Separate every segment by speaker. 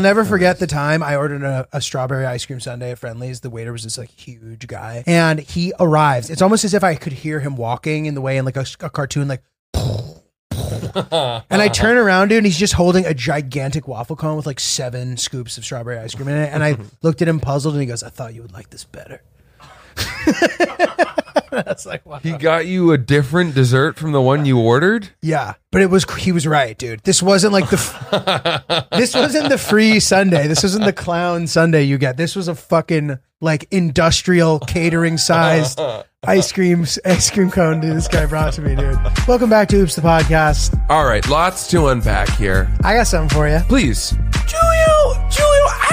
Speaker 1: never forget the time I ordered a, a strawberry ice cream sundae at Friendly's. The waiter was this like huge guy, and he arrives. It's almost as if I could hear him walking in the way in like a, a cartoon, like. and I turn around, dude, and he's just holding a gigantic waffle cone with like seven scoops of strawberry ice cream in it. And I looked at him puzzled, and he goes, "I thought you would like this better." That's like, wow.
Speaker 2: He got you a different dessert from the one you ordered?
Speaker 1: Yeah, but it was he was right, dude. This wasn't like the f- this wasn't the free Sunday. This wasn't the clown Sunday you get. This was a fucking like industrial catering sized ice cream ice cream cone dude, this guy brought to me, dude. Welcome back to Oops the podcast.
Speaker 2: All right, lots to unpack here.
Speaker 1: I got something for you.
Speaker 2: Please. Julio, Julio, I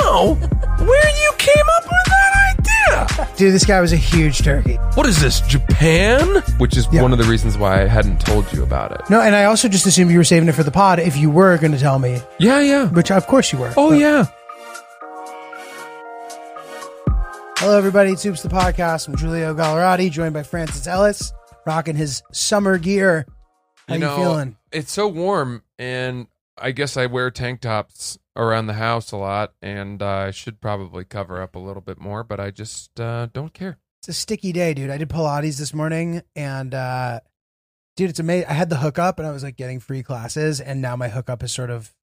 Speaker 2: don't know where you came up with that idea.
Speaker 1: Dude, this guy was a huge turkey.
Speaker 2: What is this, Japan? Which is one of the reasons why I hadn't told you about it.
Speaker 1: No, and I also just assumed you were saving it for the pod if you were going to tell me,
Speaker 2: Yeah, yeah.
Speaker 1: which of course you were.
Speaker 2: Oh, yeah.
Speaker 1: Hello, everybody. It's Oops the Podcast. I'm Julio Gallerati, joined by Francis Ellis, rocking his summer gear. How you, feeling?
Speaker 2: It's so warm, and I guess I wear tank tops around the house a lot, and uh, I should probably cover up a little bit more, but I just uh, don't care.
Speaker 1: It's a sticky day, dude. I did Pilates this morning, and uh, dude, it's amazing. I had the hookup, and I was like getting free classes, and now my hookup has sort of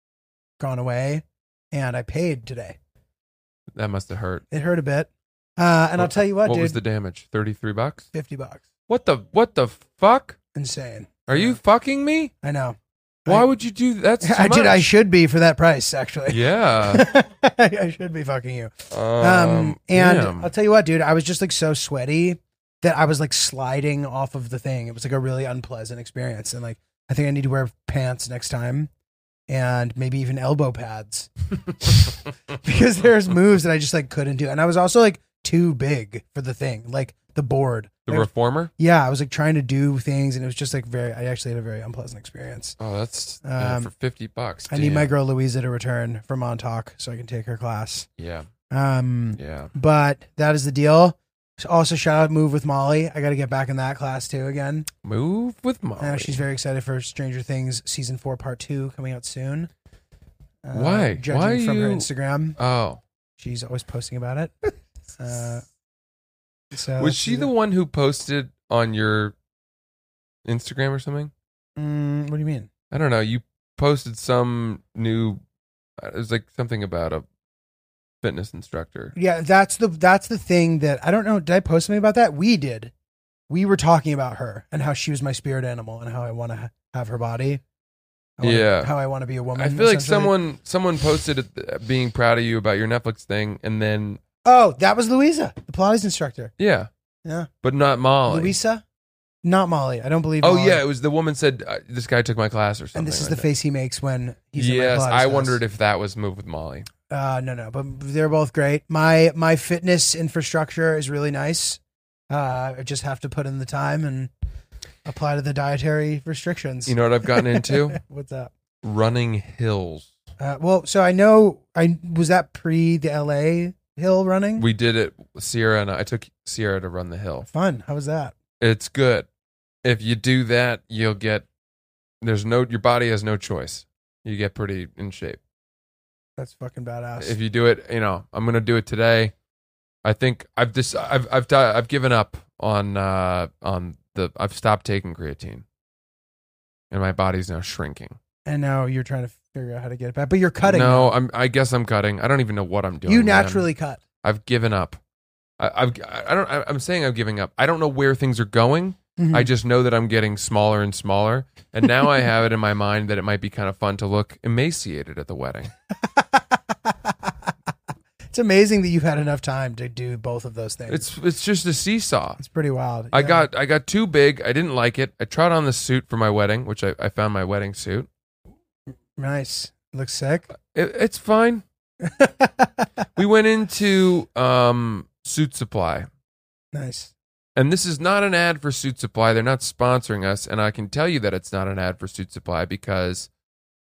Speaker 1: gone away, and I paid today.
Speaker 2: That must have hurt.
Speaker 1: It hurt a bit, uh, and I'll tell you what,
Speaker 2: What
Speaker 1: dude,
Speaker 2: was the damage? Thirty-three bucks.
Speaker 1: fifty bucks,
Speaker 2: What the what the fuck?
Speaker 1: insane.
Speaker 2: Are you fucking me?
Speaker 1: I know.
Speaker 2: Why
Speaker 1: I-
Speaker 2: would you do that?
Speaker 1: I did. I should be for that price, actually.
Speaker 2: yeah.
Speaker 1: I should be fucking you.
Speaker 2: Um,
Speaker 1: Um, and
Speaker 2: damn.
Speaker 1: I'll tell you what, dude, I was just like so sweaty that I was like sliding off of the thing. It was like a really unpleasant experience. And like, I think I need to wear pants next time and maybe even elbow pads because there's moves that I just like couldn't do. And I was also like too big for the thing, like the board.
Speaker 2: the
Speaker 1: Like,
Speaker 2: reformer.
Speaker 1: yeah, I was like trying to do things and it was just like very, I actually had a very unpleasant experience.
Speaker 2: Oh, that's yeah,
Speaker 1: Um,
Speaker 2: for fifty bucks.
Speaker 1: I need my
Speaker 2: Damn.
Speaker 1: girl Louisa to return from Montauk so I can take her class.
Speaker 2: Yeah,
Speaker 1: Um,
Speaker 2: yeah.
Speaker 1: but that is the deal. Also, shout out Move with Molly. I got to get back in that class too again.
Speaker 2: Move with mom.
Speaker 1: I know Ah, she's very excited for Stranger Things season four, part two, coming out soon. Uh,
Speaker 2: Why?
Speaker 1: Judging
Speaker 2: Why
Speaker 1: from her
Speaker 2: you-
Speaker 1: Instagram,
Speaker 2: oh,
Speaker 1: she's always posting about it. Uh, so
Speaker 2: was she the one who posted on your Instagram or something?
Speaker 1: Mm, what do you mean?
Speaker 2: I don't know. You posted some new. uh, It was like something about a fitness instructor.
Speaker 1: Yeah, that's the that's the thing that I don't know. Did I post something about that? We did. We were talking about her and how she was my spirit animal and how I want to have her body. I wanna-
Speaker 2: Yeah.
Speaker 1: how I want to be a woman.
Speaker 2: I feel like
Speaker 1: essentially.
Speaker 2: someone someone posted it, uh, being proud of you about your Netflix thing, and then
Speaker 1: Oh, that was Louisa, the Pilates instructor.
Speaker 2: yeah,
Speaker 1: Yeah.
Speaker 2: but not Molly.
Speaker 1: Louisa? Not Molly. I don't believe.
Speaker 2: oh
Speaker 1: Molly.
Speaker 2: yeah, it was the woman said uh, this guy took my class or something.
Speaker 1: And this is
Speaker 2: like
Speaker 1: the
Speaker 2: that.
Speaker 1: face he makes when he's.
Speaker 2: yes,
Speaker 1: in my
Speaker 2: I wondered if that was move with Molly.
Speaker 1: Uh, no, no, but they're both great. My my fitness infrastructure is really nice. Uh, I just have to put in the time and apply to the dietary restrictions.
Speaker 2: You know what I've gotten into?
Speaker 1: what's up?
Speaker 2: Running hills.
Speaker 1: Uh, well, so I know I was that pre the L.A. hill running.
Speaker 2: We did it. Sierra and I, I took Sierra to run the hill.
Speaker 1: Fun. How was that?
Speaker 2: It's good. If you do that, you'll get. There's no. Your body has no choice. You get pretty in shape.
Speaker 1: That's fucking badass.
Speaker 2: if you do it, you know, I'm gonna do it today. I think I've just I've I've di- I've given up on uh on the I've stopped taking creatine, and my body's now shrinking.
Speaker 1: and now you're trying to figure out how to get it back, but you're cutting.
Speaker 2: No, I'm I guess I'm cutting. I don't even know what I'm doing.
Speaker 1: you
Speaker 2: man.
Speaker 1: naturally cut.
Speaker 2: I've given up. I, I've I don't I- I'm saying I'm giving up. I don't know where things are going.
Speaker 1: Mhm.
Speaker 2: I just know that I'm getting smaller and smaller, and now I have it in my mind that it might be kind of fun to look emaciated at the wedding.
Speaker 1: it's amazing that you've had enough time to do both of those things.
Speaker 2: It's it's just a seesaw.
Speaker 1: it's pretty wild.
Speaker 2: I
Speaker 1: Yeah.
Speaker 2: got I got too big. I didn't like it. I tried on the suit for my wedding, which I, I found my wedding suit.
Speaker 1: nice. Looks sick.
Speaker 2: It, it's fine. Uh, We went into um, Suit Supply,
Speaker 1: nice.
Speaker 2: and this is not an ad for Suit Supply. They're not sponsoring us, and I can tell you that it's not an ad for Suit Supply because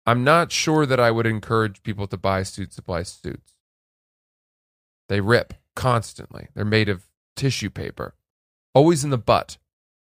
Speaker 2: I'm not sure that I would encourage people to buy Suit Supply suits. They rip constantly. They're made of tissue paper, always in the butt.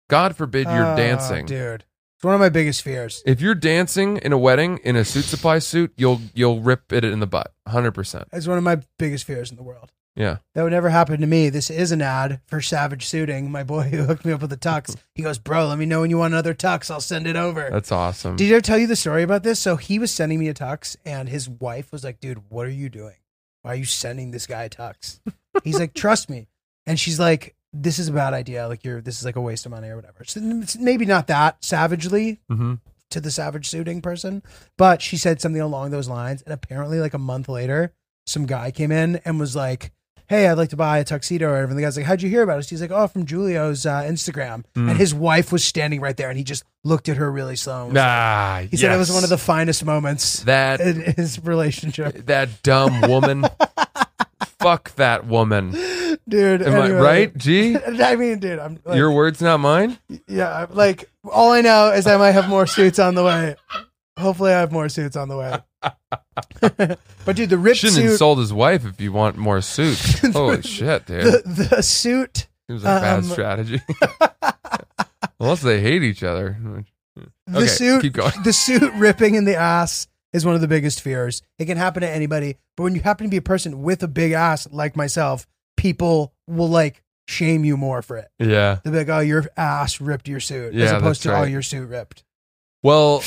Speaker 2: God forbid you're
Speaker 1: Oh,
Speaker 2: dancing
Speaker 1: dude. It's one of my biggest fears.
Speaker 2: If you're dancing in a wedding in a suit supply suit, you'll you'll rip it in the butt, hundred percent.
Speaker 1: It's one of my biggest fears in the world.
Speaker 2: Yeah,
Speaker 1: That would never happen to me. This is an ad for Savage Suiting. My boy who hooked me up with the tux. He goes, Bro, let me know when you want another tux. I'll send it over.
Speaker 2: that's awesome.
Speaker 1: Did I tell you the story about this? So he was sending me a tux, and his wife was like, "Dude, what are you doing? Why are you sending this guy a tux?" He's like, "Trust me," and she's like, "This is a bad idea. Like, you're this is like a waste of money or whatever." So it's maybe not that savagely
Speaker 2: hmm
Speaker 1: to the savage suiting person, but she said something along those lines, and apparently, like a month later, some guy came in and was like. Hey, I'd like to buy a tuxedo or whatever. And the guy's like, How'd you hear about us? He's like, Oh, from Julio's uh, Instagram. And
Speaker 2: Mm.
Speaker 1: his wife was standing right there and he just looked at her really slow. and was
Speaker 2: Nah,
Speaker 1: he said it was one of the finest moments
Speaker 2: that
Speaker 1: in his relationship.
Speaker 2: that dumb woman. Fuck that woman.
Speaker 1: Dude,
Speaker 2: Am I
Speaker 1: anyway.
Speaker 2: right? G,
Speaker 1: I mean, dude, I'm like,
Speaker 2: your words, not mine.
Speaker 1: yeah, I'm like all I know is I might have more suits on the way. Hopefully, I have more suits on the way. but dude, the ripped
Speaker 2: Shouldn't
Speaker 1: suit,
Speaker 2: insult his wife if you want more suits. Holy shit, dude.
Speaker 1: the, the suit,
Speaker 2: Seems like bad
Speaker 1: Um,
Speaker 2: strategy. Unless they hate each other.
Speaker 1: the
Speaker 2: Okay,
Speaker 1: suit,
Speaker 2: keep going.
Speaker 1: the suit ripping in the ass is one of the biggest fears. It can happen to anybody, but when you happen to be a person with a big ass like myself, people will like shame you more for it.
Speaker 2: Yeah.
Speaker 1: They'll be like, oh, your ass ripped your suit, as
Speaker 2: Yeah,
Speaker 1: opposed
Speaker 2: that's
Speaker 1: to, oh,
Speaker 2: right.
Speaker 1: your suit ripped.
Speaker 2: Well,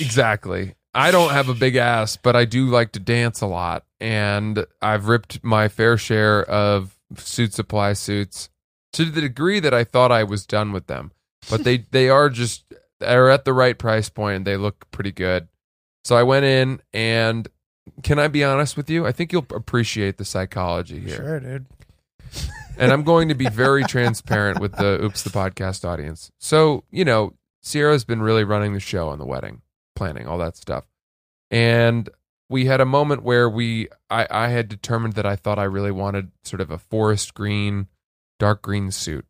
Speaker 2: exactly. I don't have a big ass, but I do like to dance a lot, and I've ripped my fair share of suit supply suits to the degree that I thought I was done with them. But they they are just they're at the right price point and they look pretty good. So I went in and can I be honest with you? I think you'll appreciate the psychology here.
Speaker 1: Sure, dude.
Speaker 2: and I'm going to be very transparent with the Oops the Podcast audience. So, you know, Sierra's been really running the show on the wedding, planning, all that stuff. And we had a moment where we I, I had determined that I thought I really wanted sort of a forest green, dark green suit.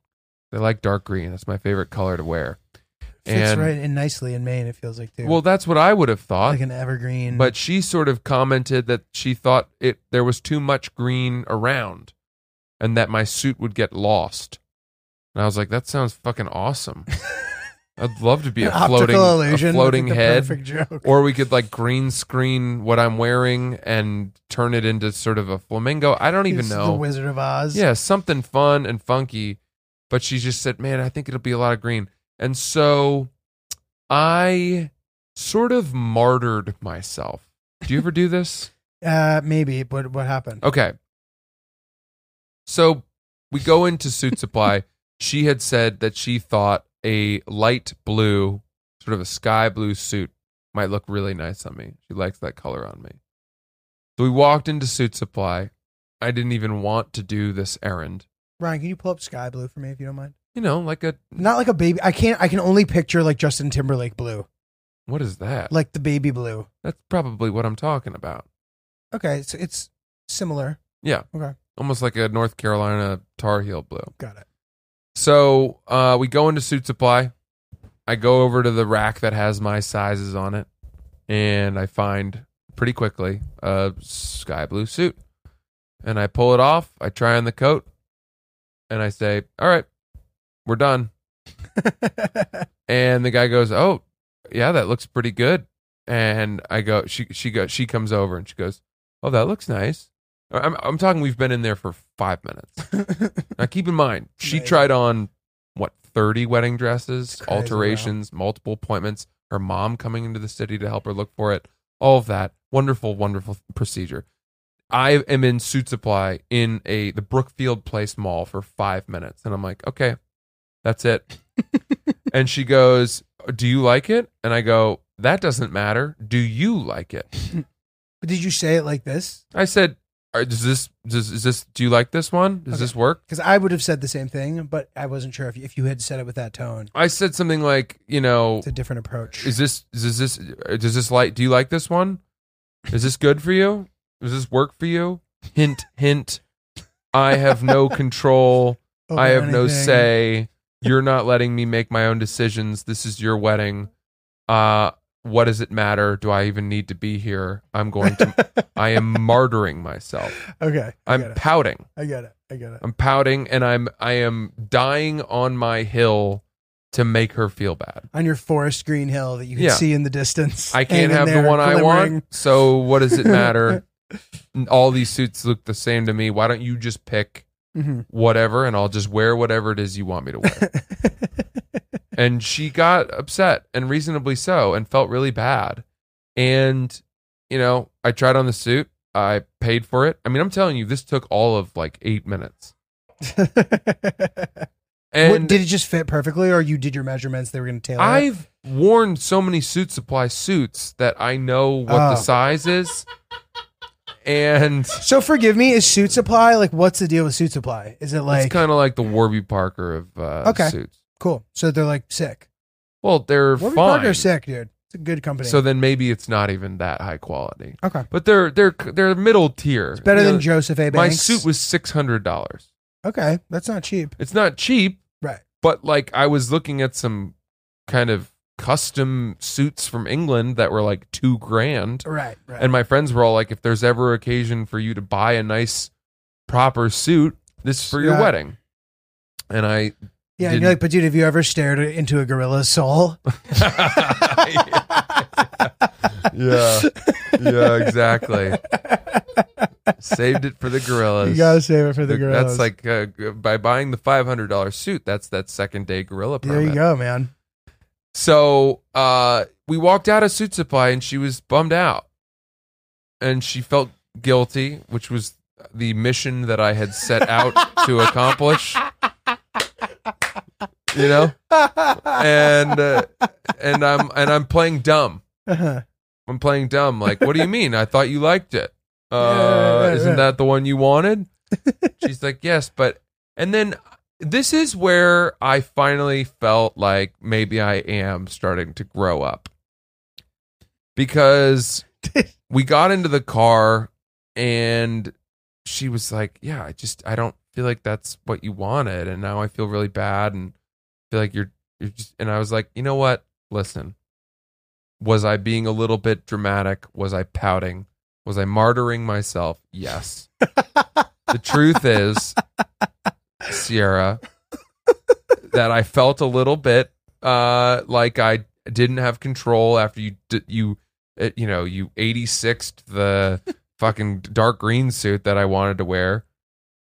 Speaker 2: I like dark green. That's my favorite color to wear.
Speaker 1: Fits
Speaker 2: And-
Speaker 1: right in nicely in Maine, it feels like, too.
Speaker 2: Well, that's what I would have thought.
Speaker 1: like an evergreen.
Speaker 2: But she sort of commented that she thought it there was too much green around and that my suit would get lost. And I was like, that sounds fucking awesome. I'd love to be
Speaker 1: An
Speaker 2: a floating,
Speaker 1: optical
Speaker 2: a
Speaker 1: illusion. would
Speaker 2: floating
Speaker 1: be the
Speaker 2: head.
Speaker 1: Perfect joke.
Speaker 2: Or we could like green screen what I'm wearing and turn it into sort of a flamingo. I don't even
Speaker 1: It's The
Speaker 2: know.
Speaker 1: Wizard of Oz.
Speaker 2: Yeah, something fun and funky. But she just said, man, I think it'll be a lot of green. And so I sort of martyred myself. Do you ever do this?
Speaker 1: Uh, maybe, but what happened?
Speaker 2: Okay. So we go into Suit Supply. she had said that she thought a light blue, sort of a sky blue suit might look really nice on me. She likes that color on me. So we walked into Suit Supply. I didn't even want to do this errand.
Speaker 1: Ryan, can you pull up Sky Blue for me if you don't mind?
Speaker 2: You know, like a
Speaker 1: Not like a baby. I can't, I can only picture like Justin Timberlake blue,
Speaker 2: what is that?
Speaker 1: like the baby blue.
Speaker 2: That's probably what I'm talking about.
Speaker 1: Okay, so it's similar.
Speaker 2: Yeah.
Speaker 1: Okay.
Speaker 2: Almost like a North Carolina Tar Heel blue.
Speaker 1: Got it.
Speaker 2: So uh, we go into Suit Supply. I go over to the rack that has my sizes on it, and I find pretty quickly a sky blue suit. And I pull it off. I try on the coat, and I say, "All right, we're done." And the guy goes, "Oh, yeah, that looks pretty good." And I go, she she goes, she comes over and she goes, "Oh, that looks nice." I'm I'm talking. We've been in there for five minutes. Now keep in mind, she
Speaker 1: Right.
Speaker 2: tried on what thirty wedding dresses,
Speaker 1: It's crazy,
Speaker 2: alterations, multiple appointments. Her mom coming into the city to help her look for it. All of that wonderful, wonderful procedure. I am in suit supply in a the Brookfield Place Mall for five minutes, and I'm like, okay, that's it. and she goes, "Do you like it?" And I go, "That doesn't matter. Do you like it?"
Speaker 1: But did you say it like this?
Speaker 2: I said, "Are- "Does this? Does, is this? Do you like this one? Does
Speaker 1: Okay.
Speaker 2: this work?"
Speaker 1: Because I would have said the same thing, but I wasn't sure if you, if you had said it with that tone.
Speaker 2: I said something like, you know,
Speaker 1: It's a different approach.
Speaker 2: is this is this does this like do you like this one? Is this good for you? Does this work for you? Hint hint. I have no control.
Speaker 1: Over
Speaker 2: I have no
Speaker 1: anything.
Speaker 2: say. You're not letting me make my own decisions. This is your wedding. Uh what does it matter? Do I even need to be here? I'm going to I am martyring myself.
Speaker 1: okay, I get
Speaker 2: I'm
Speaker 1: it.
Speaker 2: pouting.
Speaker 1: I get it. I get it.
Speaker 2: I'm pouting and I'm I am dying on my hill to make her feel bad.
Speaker 1: on your forest green hill that you can
Speaker 2: Yeah.
Speaker 1: see in the distance.
Speaker 2: I can't
Speaker 1: hanging
Speaker 2: have the
Speaker 1: there,
Speaker 2: one I
Speaker 1: glimmering.
Speaker 2: want. So what does it matter? All these suits look the same to me. Why don't you just pick
Speaker 1: Mhm.
Speaker 2: whatever and I'll just wear whatever it is you want me to wear? and she got upset and reasonably so and felt really bad. And, you know, I tried on the suit. I paid for it. I mean, I'm telling you, this took all of like eight minutes. And
Speaker 1: Mm-hmm. What- did it just fit perfectly, or you did your measurements? They were going to tailor. it?
Speaker 2: I've worn so many suit supply suits that I know what
Speaker 1: Oh.
Speaker 2: the size is. And
Speaker 1: So forgive me. Is Suit Supply like what's the deal with Suit Supply? Is it like
Speaker 2: it's kind of like the Warby Parker of uh,
Speaker 1: Okay.
Speaker 2: suits.
Speaker 1: cool? So they're like sick.
Speaker 2: Well, they're
Speaker 1: Warby
Speaker 2: fine.
Speaker 1: Parker's sick, dude. It's a good company.
Speaker 2: so then maybe it's not even that high quality.
Speaker 1: okay,
Speaker 2: But they're they're they're middle tier.
Speaker 1: it's better
Speaker 2: You
Speaker 1: than
Speaker 2: know,
Speaker 1: Joseph A. Banks.
Speaker 2: my suit was six hundred dollars.
Speaker 1: okay. That's not cheap,
Speaker 2: It's not cheap,
Speaker 1: right?
Speaker 2: but like I was looking at some kind of custom suits from England that were like two grand.
Speaker 1: Right, right.
Speaker 2: And my friends were all like, if there's ever occasion for you to buy a nice, proper suit, this is for your
Speaker 1: Yeah.
Speaker 2: wedding. And I,
Speaker 1: yeah, and
Speaker 2: didn't-
Speaker 1: you're like, but dude, have you ever stared into a gorilla's soul?
Speaker 2: yeah, yeah, exactly. Saved it for the gorillas.
Speaker 1: You gotta save it for the
Speaker 2: Th-
Speaker 1: gorillas.
Speaker 2: That's like uh, g- by buying the five hundred dollar suit. That's that second day gorilla
Speaker 1: there
Speaker 2: permit.
Speaker 1: you go, man.
Speaker 2: So uh, we walked out of Suit Supply, and she was bummed out, and she felt guilty, which was the mission that I had set out to accomplish. You know, and uh, and I'm and I'm playing dumb.
Speaker 1: Uh-huh.
Speaker 2: I'm playing dumb. Like, what do you mean? I thought you liked it.
Speaker 1: Yeah,
Speaker 2: Uh,
Speaker 1: right, right,
Speaker 2: isn't
Speaker 1: right.
Speaker 2: that the one you wanted? She's like, yes, but and then this is where I finally felt like maybe I am starting to grow up because we got into the car and she was like, yeah, I just I don't feel like that's what you wanted, and now I feel really bad and feel like you're you're just and I was like, you know what? Listen, was I being a little bit dramatic? Was I pouting? Was I martyring myself? Yes. the truth is, Sierra, that I felt a little bit uh, like I didn't have control after you d- you uh, you know you 86th the fucking dark green suit that I wanted to wear,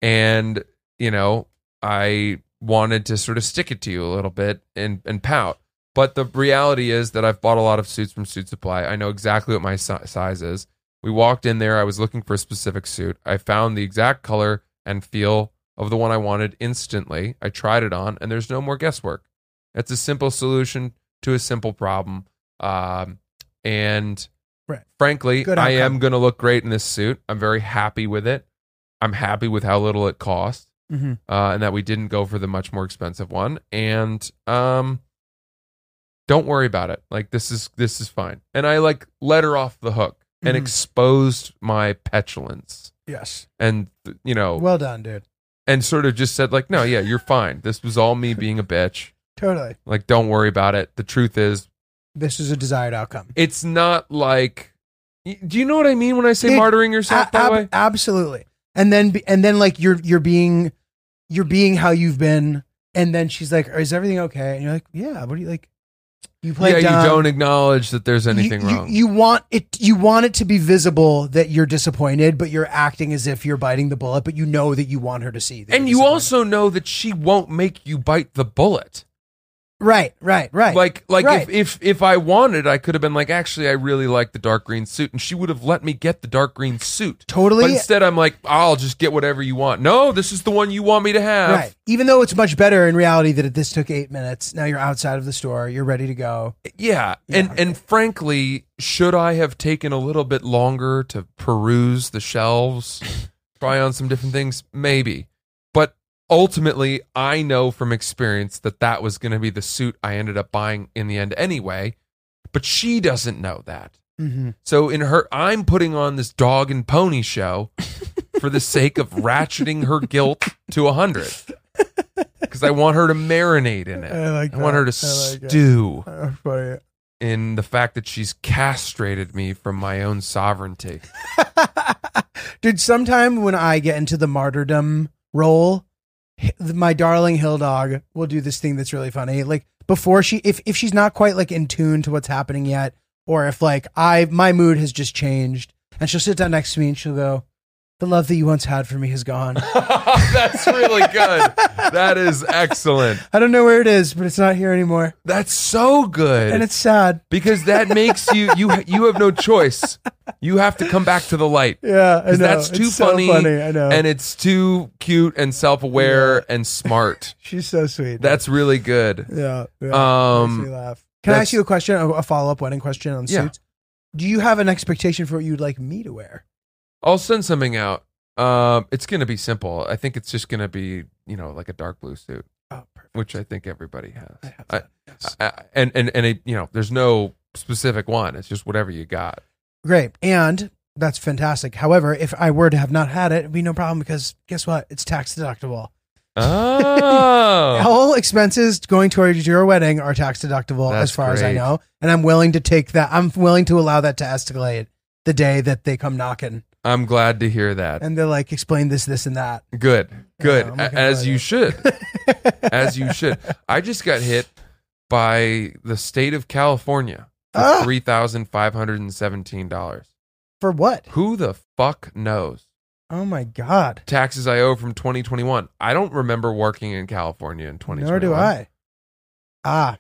Speaker 2: and you know I wanted to sort of stick it to you a little bit and and pout. But the reality is that I've bought a lot of suits from Suit Supply. I know exactly what my si- size is. We walked in there. I was looking for a specific suit. I found the exact color and feel of the one I wanted instantly. I tried it on, and there's no more guesswork. It's a simple solution to a simple problem. Um, and
Speaker 1: Right.
Speaker 2: frankly,
Speaker 1: Good
Speaker 2: I am
Speaker 1: outcome.
Speaker 2: going to look great in this suit. I'm very happy with it. I'm happy with how little it cost
Speaker 1: Mhm.
Speaker 2: uh, and that we didn't go for the much more expensive one. And um, don't worry about it. Like this is this is fine. And I like let her off the hook and
Speaker 1: Mhm.
Speaker 2: exposed my petulance
Speaker 1: Yes.
Speaker 2: and th- you know
Speaker 1: Well done, dude.
Speaker 2: and sort of just said like, no, yeah, you're fine. This was all me being a bitch.
Speaker 1: Totally.
Speaker 2: Like, don't worry about it. The truth is,
Speaker 1: This is a desired outcome.
Speaker 2: it's not like. y- Do you know what I mean when I say
Speaker 1: It-
Speaker 2: martyring yourself
Speaker 1: A-
Speaker 2: that
Speaker 1: ab-
Speaker 2: way?
Speaker 1: Absolutely. And then be- and then like you're you're being you're being how you've been. And then she's like, "Is everything okay?" And you're like, "Yeah." What do you like? You play
Speaker 2: Yeah,
Speaker 1: dumb.
Speaker 2: you don't acknowledge that there's anything
Speaker 1: you,
Speaker 2: wrong.
Speaker 1: You, you want it. You want it to be visible that you're disappointed, but you're acting as if you're biting the bullet. But you know that you want her to see. that
Speaker 2: and
Speaker 1: you're disappointed.
Speaker 2: you also know that she won't make you bite the bullet.
Speaker 1: right, right, right.
Speaker 2: like like
Speaker 1: Right.
Speaker 2: if, if if i wanted i could have been like actually i really like the dark green suit and she would have let me get the dark green suit but
Speaker 1: totally
Speaker 2: instead i'm like i'll just get whatever you want no this is the one you want me to have
Speaker 1: right. Even though it's much better in reality that it, this took eight minutes. Now you're outside of the store. You're ready to go.
Speaker 2: yeah and and frankly should i have taken a little bit longer to peruse the shelves try on some different things maybe but ultimately i know from experience that that was going to be the suit i ended up buying in the end anyway but she doesn't know that
Speaker 1: Mm-hmm.
Speaker 2: So in her, I'm putting on this dog and pony show for the sake of ratcheting her guilt to a hundred, because I want her to marinate in it.
Speaker 1: like.
Speaker 2: I want her to stew
Speaker 1: funny.
Speaker 2: in the fact that she's castrated me from my own sovereignty.
Speaker 1: Dude, sometime when I get into the martyrdom role, h- my darling hill dog will do this thing that's really funny. Like before she, if if she's not quite like in tune to what's happening yet, or if like I my mood has just changed, and she'll sit down next to me and she'll go, "The love that you once had for me has gone."
Speaker 2: That's really good. that is excellent.
Speaker 1: I don't know where it is, but it's not here anymore,
Speaker 2: That's so good.
Speaker 1: and it's sad.
Speaker 2: because that makes you you you have no choice. You have to come back to the light.
Speaker 1: Yeah, I know.
Speaker 2: Because that's too
Speaker 1: It's so
Speaker 2: funny,
Speaker 1: I know.
Speaker 2: And it's too cute and self-aware and smart.
Speaker 1: she's so sweet.
Speaker 2: That's really good.
Speaker 1: yeah. yeah. Makes me
Speaker 2: Um
Speaker 1: laugh. Can I
Speaker 2: that's-
Speaker 1: ask you a question, a- a follow up wedding question on
Speaker 2: Yeah.
Speaker 1: suits? Do you have an expectation for what you'd like me to wear?
Speaker 2: I'll send something out. Um it's going to be simple. I think it's just going to be, you know, like a dark blue suit,
Speaker 1: Oh, perfect.
Speaker 2: which I think everybody has.
Speaker 1: I have
Speaker 2: I-
Speaker 1: that. Yes.
Speaker 2: I- and and and it, you know, there's no specific one. It's just whatever you got.
Speaker 1: Great. And that's fantastic. However, if I were to have not had it, it'd be no problem because guess what? It's tax deductible.
Speaker 2: Oh.
Speaker 1: All expenses going towards your wedding are tax deductible
Speaker 2: That's
Speaker 1: as far as I
Speaker 2: great.
Speaker 1: know. And I'm willing to take that. I'm willing to allow that to escalate the day that they come knocking
Speaker 2: I'm glad to hear that.
Speaker 1: and they're like, explain this, this, and that.
Speaker 2: Good, good.
Speaker 1: I'm
Speaker 2: A-
Speaker 1: looking
Speaker 2: As
Speaker 1: forward
Speaker 2: you
Speaker 1: to
Speaker 2: should, as you should. I just got hit by the state of California for
Speaker 1: Ah.
Speaker 2: three thousand five hundred and seventeen dollars.
Speaker 1: For what?
Speaker 2: Who the fuck knows?
Speaker 1: Oh my God.
Speaker 2: Taxes I owe from twenty twenty one. I don't remember working in California in twenty twenty
Speaker 1: Nor
Speaker 2: one.
Speaker 1: do I. Ah,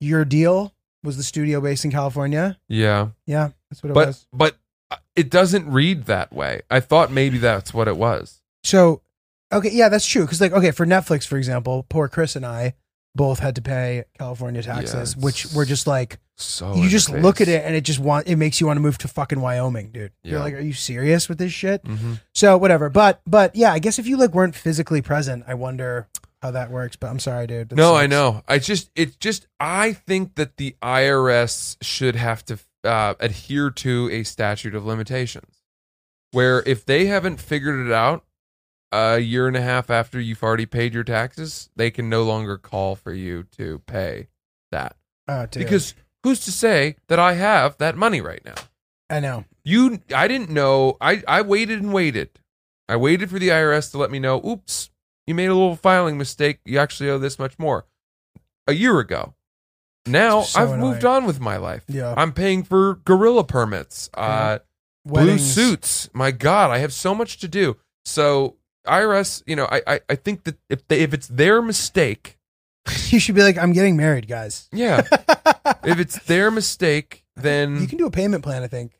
Speaker 1: your deal was the studio based in California.
Speaker 2: Yeah,
Speaker 1: Yeah, that's what it
Speaker 2: but
Speaker 1: was.
Speaker 2: but uh, it doesn't read that way. I thought maybe that's what it was.
Speaker 1: So, okay, yeah, that's true. Because like, okay, for Netflix, for example, poor Chris and I both had to pay California taxes,
Speaker 2: Yeah,
Speaker 1: which
Speaker 2: it's
Speaker 1: were just like
Speaker 2: So
Speaker 1: you
Speaker 2: Oh, in
Speaker 1: just
Speaker 2: the
Speaker 1: look at
Speaker 2: face.
Speaker 1: it and it just want it makes you want to move to fucking Wyoming, dude. You're
Speaker 2: Yeah.
Speaker 1: like, are you serious with this shit?
Speaker 2: Mhm.
Speaker 1: So whatever, but but yeah, I guess if you like weren't physically present, I wonder how that works. But I'm sorry, dude. That
Speaker 2: No,
Speaker 1: sucks.
Speaker 2: I know. I just it's just I think that the IRS should have to uh, adhere to a statute of limitations, where if they haven't figured it out a year and a half after you've already paid your taxes, they can no longer call for you to pay that.
Speaker 1: Oh, dude.
Speaker 2: Because who's to say that I have that money right now?
Speaker 1: I know.
Speaker 2: You, I didn't know. I I waited and waited. I waited for the IRS to let me know. Oops, you made a little filing mistake. You actually owe this much more. A year ago. Now
Speaker 1: So
Speaker 2: I've
Speaker 1: annoying.
Speaker 2: moved on with my life.
Speaker 1: Yeah,
Speaker 2: I'm paying for gorilla permits, uh, blue
Speaker 1: Weddings.
Speaker 2: suits. My God, I have so much to do. So IRS, you know, I I, I think that if they, if it's their mistake,
Speaker 1: you should be like, I'm getting married, guys.
Speaker 2: yeah, if it's their mistake,
Speaker 1: you
Speaker 2: then
Speaker 1: can do a payment plan, I think,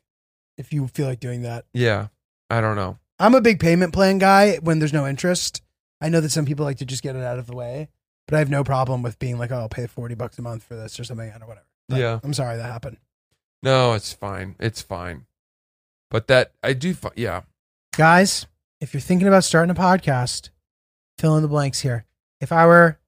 Speaker 1: if you feel like doing that.
Speaker 2: yeah, I don't know.
Speaker 1: I'm a big payment plan guy when there's no interest. I know that some people like to just get it out of the way, but I have no problem with being like, oh, I'll pay 40 bucks a month for this or something, I don't know, whatever. But
Speaker 2: Yeah.
Speaker 1: I'm sorry that happened.
Speaker 2: No, it's fine. It's fine. But that I do. Fi- yeah,
Speaker 1: Guys, if you're thinking about starting a podcast, fill in the blanks here. If I were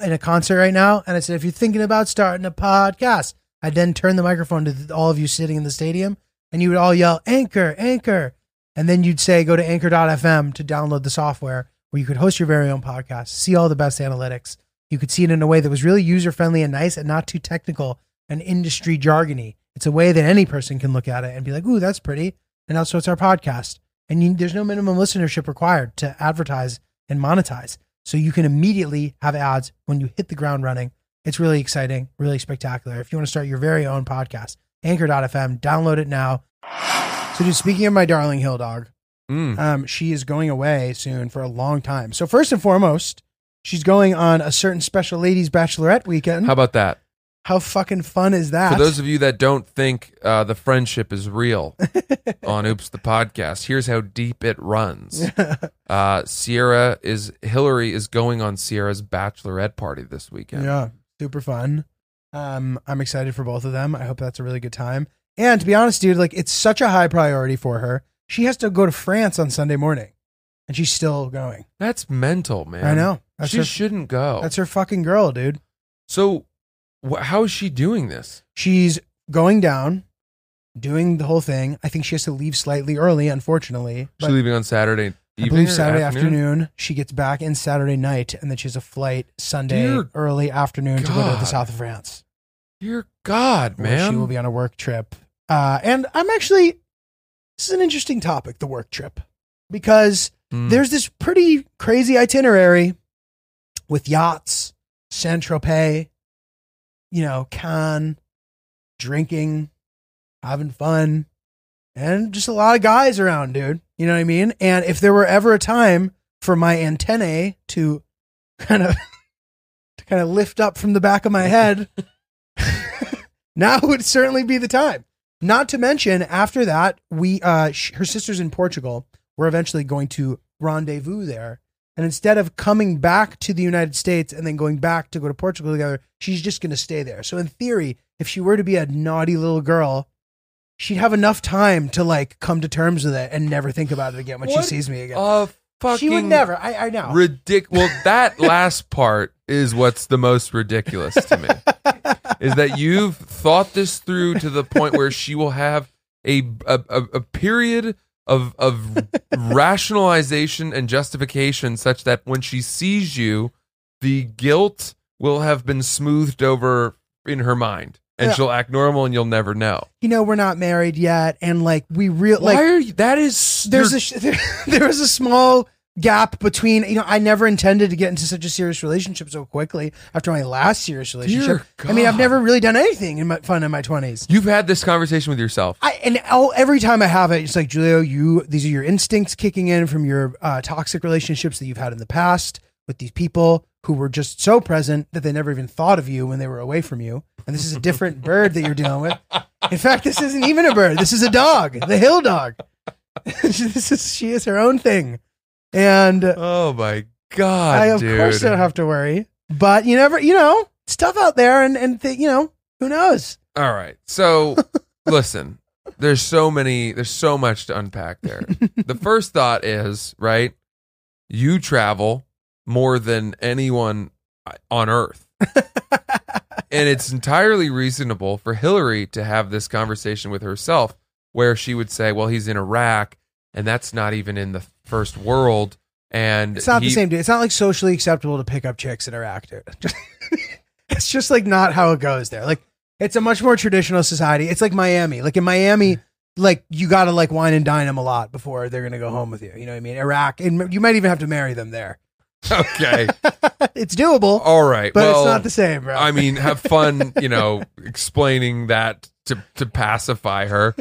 Speaker 1: in a concert right now and I said, if you're thinking about starting a podcast, I'd then turn the microphone to th- all of you sitting in the stadium and you would all yell, Anchor, Anchor. And then you'd say, go to anchor.fm to download the software where you could host your very own podcast, see all the best analytics. You could see it in a way that was really user friendly and nice and not too technical and industry jargony. It's a way that any person can look at it and be like, ooh, that's pretty. And also, it's our podcast. And you, there's no minimum listenership required to advertise and monetize. So you can immediately have ads when you hit the ground running. It's really exciting, really spectacular. If you want to start your very own podcast, anchor.fm, download it now. So, dude, speaking of my darling hill dog,
Speaker 2: mm,
Speaker 1: um, she is going away soon for a long time. So, first and foremost, she's going on a certain special ladies' bachelorette weekend.
Speaker 2: how
Speaker 1: How,
Speaker 2: about that?
Speaker 1: fucking fun is that?
Speaker 2: For those of you that don't think uh, the friendship is real on Oops the podcast, here's how deep it runs. Uh, Sierra is Hillary is going on Sierra's bachelorette party this weekend.
Speaker 1: Yeah, super fun. Um, I'm excited for both of them. I hope that's a really good time. And to be honest, dude, like it's such a high priority for her. She has to go to France on Sunday morning, and she's still going.
Speaker 2: That's mental, man.
Speaker 1: I know. That's
Speaker 2: she
Speaker 1: her.
Speaker 2: shouldn't go.
Speaker 1: That's her fucking girl, dude.
Speaker 2: so wh- how is she doing this?
Speaker 1: She's going down, doing the whole thing. I think she has to leave slightly early, unfortunately.
Speaker 2: She's
Speaker 1: but-
Speaker 2: leaving on Saturday
Speaker 1: I
Speaker 2: evening.
Speaker 1: believe
Speaker 2: or
Speaker 1: Saturday afternoon. She gets back in Saturday night, and then she has a flight Sunday
Speaker 2: Dear
Speaker 1: early afternoon to go to the
Speaker 2: God.
Speaker 1: south of France.
Speaker 2: Dear God,
Speaker 1: where
Speaker 2: man.
Speaker 1: she will be on a work trip. Uh, and I'm actually, this is an interesting topic, the work trip, because
Speaker 2: Mm.
Speaker 1: there's this pretty crazy itinerary with yachts, Saint Tropez, you know, Cannes, drinking, having fun, and just a lot of guys around, dude. You know what I mean? And if there were ever a time for my antennae to kind of to kind of lift up from the back of my head, now would certainly be the time. Not to mention, after that, we uh, sh- her sister's in Portugal. We're eventually going to rendezvous there. And instead of coming back to the United States and then going back to go to Portugal together, she's just going to stay there. So in theory, if she were to be a naughty little girl, she'd have enough time to like come to terms with it and never think about it again when
Speaker 2: What
Speaker 1: she sees me again.
Speaker 2: Oh, fucking
Speaker 1: she would never. I, I know.
Speaker 2: ridiculous. Well, that last part is what's the most ridiculous to me. is that you've thought this through to the point where she will have a a, a, a period of of rationalization and justification such that when she sees you, the guilt will have been smoothed over in her mind, and
Speaker 1: Yeah.
Speaker 2: she'll act normal, and you'll never know.
Speaker 1: you know, we're not married yet, and like we real
Speaker 2: Why
Speaker 1: like
Speaker 2: are you? That is
Speaker 1: there's
Speaker 2: you're-
Speaker 1: a sh- there, there was a small gap between you know I never intended to get into such a serious relationship so quickly after my last serious relationship.
Speaker 2: Dear
Speaker 1: I mean, I've
Speaker 2: God.
Speaker 1: never really done anything in my fun in my twenties.
Speaker 2: You've had this conversation with yourself.
Speaker 1: I and all, every time I have it, it's like Julio, you these are your instincts kicking in from your uh, toxic relationships that you've had in the past with these people who were just so present that they never even thought of you when they were away from you. And this is a different bird that you're dealing with. In fact, this isn't even a bird. This is a dog, the hill dog. this is she is her own thing, and
Speaker 2: oh my god!
Speaker 1: I of
Speaker 2: dude.
Speaker 1: course don't have to worry. But you never, you know, stuff out there, and and th- you know, who knows?
Speaker 2: All right. So listen, there's so many, there's so much to unpack there. the first thought is, right? You travel more than anyone uh, on earth. and it's entirely reasonable for Hillary to have this conversation with herself where she would say, well, he's in Iraq and that's not even in the first world. And
Speaker 1: It's not
Speaker 2: he-
Speaker 1: the same, dude. It's not like socially acceptable to pick up chicks in Iraq, dude. it's just like not how it goes there. Like it's a much more traditional society. It's like Miami. Like in Miami, like you gotta like wine and dine them a lot before they're gonna go home with you. You know what I mean? Iraq, and you might even have to marry them there.
Speaker 2: Okay.
Speaker 1: It's doable,
Speaker 2: All right.
Speaker 1: but
Speaker 2: well,
Speaker 1: it's not the same, bro.
Speaker 2: I mean, have fun, you know, explaining that to, to pacify her.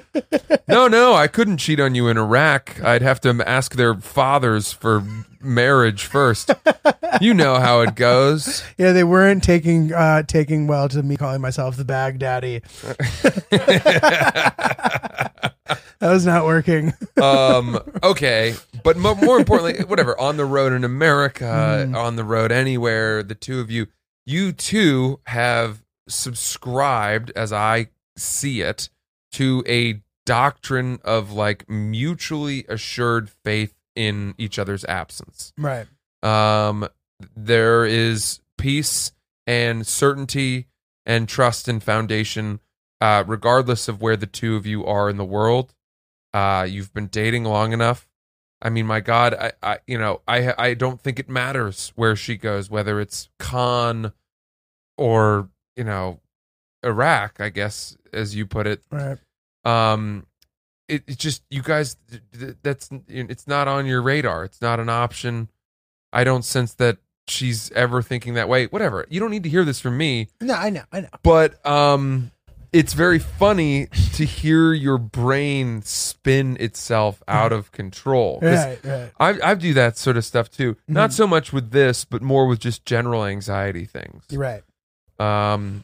Speaker 2: No, no, I couldn't cheat on you in Iraq. I'd have to ask their fathers for marriage first. You know how it goes.
Speaker 1: yeah, they weren't taking uh taking well to me calling myself the bag daddy. That was not working.
Speaker 2: um, okay, but mo- more importantly, whatever on the road in America, on the road anywhere, the two of you, you two have subscribed, as I see it, to a doctrine of like mutually assured faith in each other's absence.
Speaker 1: right.
Speaker 2: Um, there is peace and certainty and trust and foundation, uh, regardless of where the two of you are in the world. Uh, you've been dating long enough. I mean, my God, I, I, you know, I, I don't think it matters where she goes, whether it's Khan or you know, Iraq. I guess, as you put it,
Speaker 1: Right.
Speaker 2: um it, it just you guys th- th- that's it's not on your radar it's not an option i don't sense that she's ever thinking that way whatever you don't need to hear this from me
Speaker 1: No, I know, I know.
Speaker 2: but um it's very funny to hear your brain spin itself
Speaker 1: Mm-hmm.
Speaker 2: out of control 'Cause
Speaker 1: Right, right.
Speaker 2: I, I do that sort of stuff too
Speaker 1: Mm-hmm.
Speaker 2: not so much with this but more with just general anxiety things
Speaker 1: You're right.
Speaker 2: um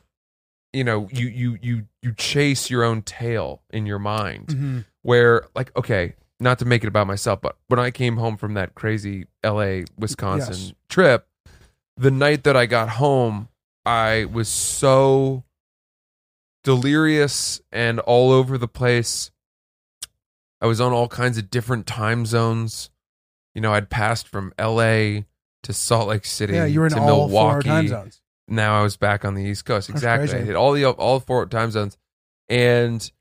Speaker 2: you know you you you you chase your own tail in your mind
Speaker 1: Mhm.
Speaker 2: where like okay not to make it about myself but when i came home from that crazy la wisconsin
Speaker 1: Yes.
Speaker 2: trip the night that i got home i was so delirious and all over the place i was on all kinds of different time zones you know i'd passed from la to salt lake city
Speaker 1: Mm-hmm. Yeah, you were in
Speaker 2: to
Speaker 1: all four
Speaker 2: milwaukee
Speaker 1: time zones.
Speaker 2: now I was back on the East Coast.
Speaker 1: That's
Speaker 2: Exactly. I
Speaker 1: crazy.
Speaker 2: hit all the all four time zones. And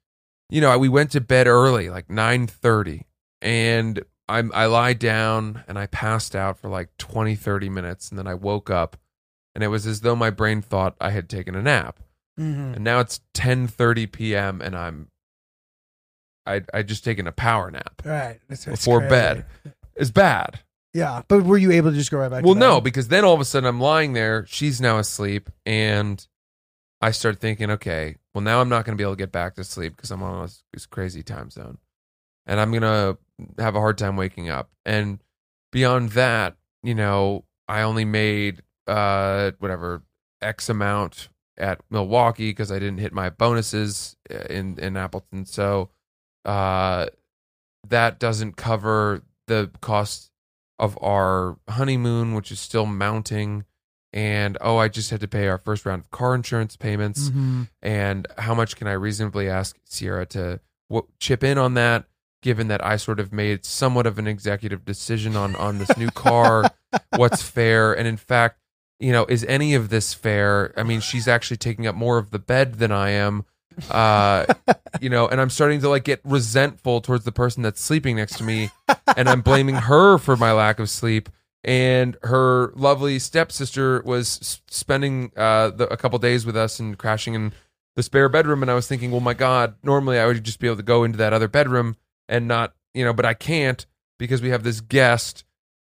Speaker 2: you know, I, we went to bed early, like 9:30, and I I lied down and I passed out for like 20 30 minutes and then I woke up and it was as though my brain thought I had taken a nap.
Speaker 1: Mhm.
Speaker 2: And now it's 10:30 p.m. and I'm I I just taken a power nap
Speaker 1: Right. It's, it's
Speaker 2: before
Speaker 1: crazy.
Speaker 2: bed. It's bad.
Speaker 1: Yeah, but were you able to just go right back?
Speaker 2: well,
Speaker 1: to
Speaker 2: no,
Speaker 1: bed?
Speaker 2: because then all of a sudden I'm lying there. She's now asleep, and I start thinking, okay, well now I'm not going to be able to get back to sleep because I'm on this, this crazy time zone, and I'm gonna have a hard time waking up. And beyond that, you know, I only made uh whatever X amount at Milwaukee because I didn't hit my bonuses uh, in in Appleton, so uh that doesn't cover the cost of our honeymoon, which is still mounting. And oh, I just had to pay our first round of car insurance payments
Speaker 1: Mhm.
Speaker 2: and how much can I reasonably ask Sierra to w- chip in on that? Given that I sort of made somewhat of an executive decision on on this new car, what's fair? And in fact, you know, is any of this fair? I mean, she's actually taking up more of the bed than I am. Uh, you know, and I'm starting to like get resentful towards the person that's sleeping next to me, and I'm blaming her for my lack of sleep. And her lovely stepsister was s- spending uh, the, a couple days with us and crashing in the spare bedroom and I was thinking, well, my God, normally I would just be able to go into that other bedroom and not, you know, but I can't because we have this guest.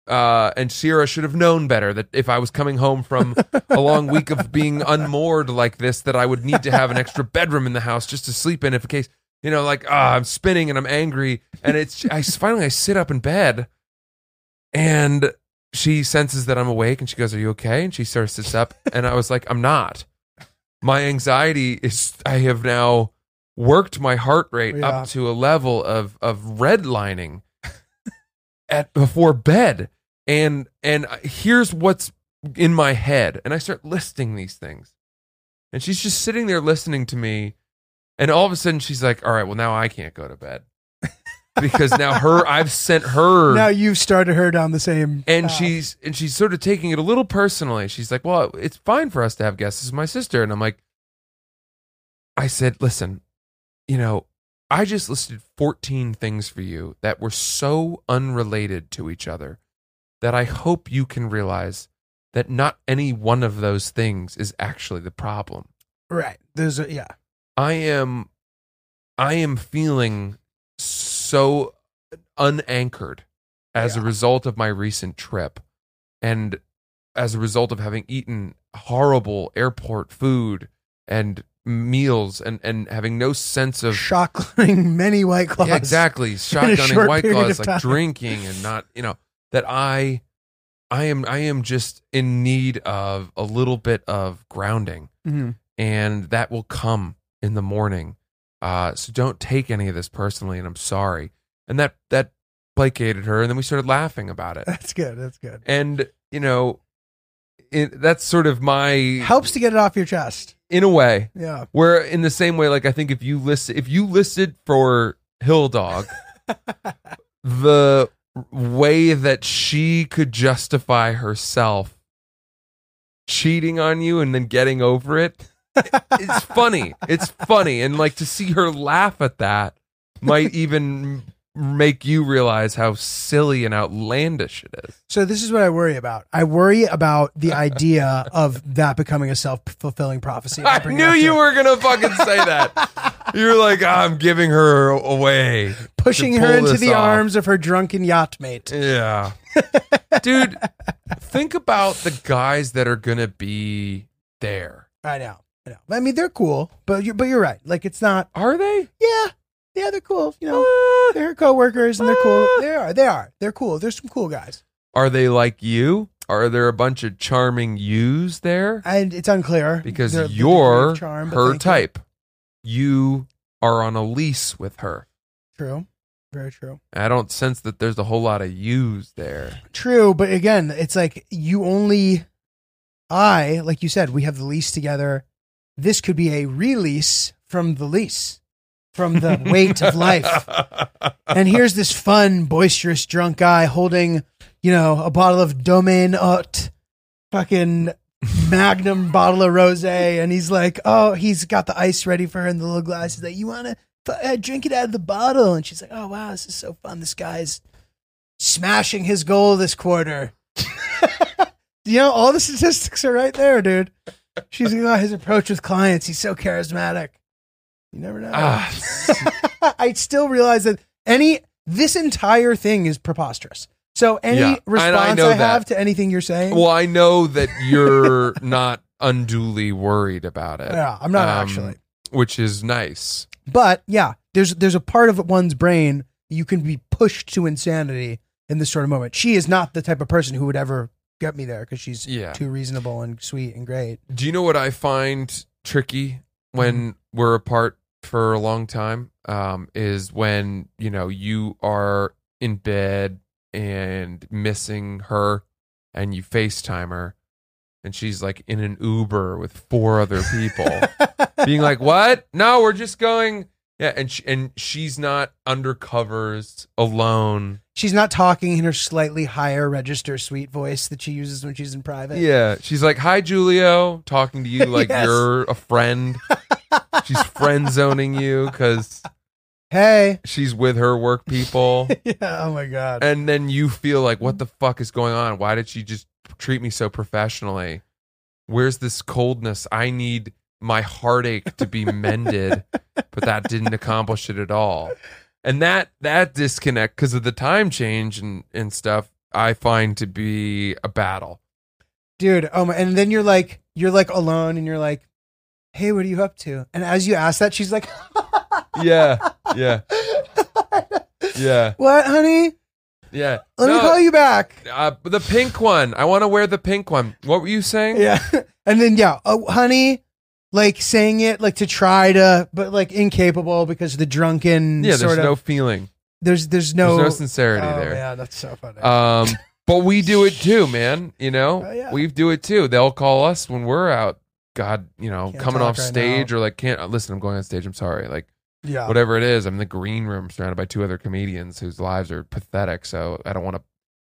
Speaker 2: Uh, and Sierra should have known better that if I was coming home from a long week of being unmoored like this, that I would need to have an extra bedroom in the house just to sleep in if in case, you know, like, ah, I'm spinning and I'm angry. And it's, I finally, I sit up in bed and she senses that I'm awake and she goes, are you okay? And she sort of sits up and I was like, I'm not my anxiety is I have now worked my heart rate
Speaker 1: Yeah.
Speaker 2: up to a level of of redlining at before bed. And and uh, here's what's in my head. And I start listing these things. And she's just sitting there listening to me. And all of a sudden she's like, All right, well now I can't go to bed. Because now her I've sent her
Speaker 1: Now you've started her down the same.
Speaker 2: and
Speaker 1: path.
Speaker 2: she's and she's sort of taking it a little personally. She's like, "Well, it's fine for us to have guests. This is my sister." And I'm like, I said, "Listen, you know, I just listed 14 things for you that were so unrelated to each other that I hope you can realize that not any one of those things is actually the problem."
Speaker 1: right. There's a, yeah.
Speaker 2: I am I am feeling so unanchored as a
Speaker 1: Yeah.
Speaker 2: result of my recent trip and as a result of having eaten horrible airport food and meals and and having no sense of
Speaker 1: Shockling many white claws.
Speaker 2: yeah, exactly. Shotgunning
Speaker 1: short
Speaker 2: white
Speaker 1: period of
Speaker 2: claws, like
Speaker 1: time.
Speaker 2: drinking and not, you know, that I, I am, I am just in need of a little bit of grounding
Speaker 1: Mhm.
Speaker 2: and that will come in the morning. Uh, so don't take any of this personally, and I'm sorry. And that that placated her, and then we started laughing about it.
Speaker 1: That's good. That's good.
Speaker 2: And you know, it, that's sort of my
Speaker 1: Helps to get it off your chest.
Speaker 2: in a way.
Speaker 1: Yeah.
Speaker 2: Where in the same way, like I think if you list if you listed for Hill Dog, the way that she could justify herself cheating on you and then getting over it it's funny it's funny and like to see her laugh at that might even make you realize how silly and outlandish it is
Speaker 1: So this is what I worry about. I worry about the idea of that becoming a self fulfilling prophecy.
Speaker 2: i knew you were gonna fucking say that you're like i'm giving her away
Speaker 1: pushing
Speaker 2: to
Speaker 1: her
Speaker 2: pull
Speaker 1: into
Speaker 2: this
Speaker 1: the
Speaker 2: off.
Speaker 1: arms of her drunken yacht mate.
Speaker 2: Yeah. Dude, think about the guys that are going to be there.
Speaker 1: I know. I know. I mean, they're cool, but you're, but you're right. Like it's not.
Speaker 2: Are they?
Speaker 1: Yeah, yeah, they're cool. You know,
Speaker 2: Uh,
Speaker 1: they're her coworkers and they're cool.
Speaker 2: Ah.
Speaker 1: They are. They are. They're cool. There's some cool guys,
Speaker 2: Are they like you? Are there a bunch of charming yous there?
Speaker 1: and it's unclear
Speaker 2: Because
Speaker 1: the- the degree
Speaker 2: you're
Speaker 1: of charm, but
Speaker 2: her
Speaker 1: thank you.
Speaker 2: type. You are on a lease with her.
Speaker 1: True. Very true.
Speaker 2: I don't sense that there's a whole lot of yous there.
Speaker 1: True, but again, it's like you only I, like you said, we have the lease together. This could be a release from the lease, from the weight of life. And here's this fun, boisterous, drunk guy holding, you know, a bottle of Domaine Haute, fucking magnum bottle of rosé, and he's like, oh, he's got the ice ready for her in the little glass. He's like, you want to uh, drink it out of the bottle? And she's like, oh wow, this is so fun. This guy's smashing his goal this quarter. you know, all the statistics are right there, dude. She's like, oh, his approach with clients, he's so charismatic. You never know.
Speaker 2: Ah,
Speaker 1: I still realize that any this entire thing is preposterous. So any
Speaker 2: Yeah, and I
Speaker 1: response
Speaker 2: know
Speaker 1: I, have
Speaker 2: that.
Speaker 1: to anything you're saying?
Speaker 2: Well, I know that you're not unduly worried about it,
Speaker 1: yeah, I'm not
Speaker 2: um,
Speaker 1: actually.
Speaker 2: which is nice.
Speaker 1: But yeah, there's there's a part of one's brain you can be pushed to insanity in this sort of moment. She is not the type of person who would ever get me there because she's
Speaker 2: Yeah.
Speaker 1: too reasonable and sweet and great.
Speaker 2: Do you know what I find tricky when we're apart for a long time? Um, is when you know you are in bed and missing her, and you FaceTime her, and she's like in an Uber with four other people, being like, "What? No, we're just going." Yeah, and she, and she's not under covers alone.
Speaker 1: She's not talking in her slightly higher register sweet voice that she uses when she's in private.
Speaker 2: Yeah, she's like, "Hi, Julio," talking to you like
Speaker 1: Yes.
Speaker 2: you're a friend. she's friend zoning you because
Speaker 1: Hey.
Speaker 2: she's with her work people,
Speaker 1: yeah. Oh my god.
Speaker 2: and then you feel like, "What the fuck is going on? Why did she just treat me so professionally? Where's this coldness? I need my heartache to be mended, but that didn't accomplish it at all." And that that disconnect because of the time change and and stuff, I find to be a battle.
Speaker 1: dude oh my and then you're like you're like alone and you're like hey what are you up to and as you ask that she's like
Speaker 2: Yeah, yeah, yeah.
Speaker 1: what honey
Speaker 2: Yeah.
Speaker 1: let me
Speaker 2: No,
Speaker 1: call you back
Speaker 2: Uh, the pink one. I want to wear the pink one. What were you saying?
Speaker 1: yeah and then yeah oh honey like saying it like to try to but like incapable because the drunken
Speaker 2: Yeah, there's
Speaker 1: sort of
Speaker 2: no feeling.
Speaker 1: there's there's no,
Speaker 2: There's no sincerity
Speaker 1: oh,
Speaker 2: there.
Speaker 1: yeah that's so funny
Speaker 2: Um, but we do it too, man. You know,
Speaker 1: Oh, yeah.
Speaker 2: we do it too. They'll call us when we're out. God, you know,
Speaker 1: Can't
Speaker 2: coming
Speaker 1: talk
Speaker 2: off
Speaker 1: right
Speaker 2: stage or like can't uh, listen. I'm going on stage. I'm sorry. Like
Speaker 1: yeah
Speaker 2: whatever it is, I'm in the green room surrounded by two other comedians whose lives are pathetic. So I don't want to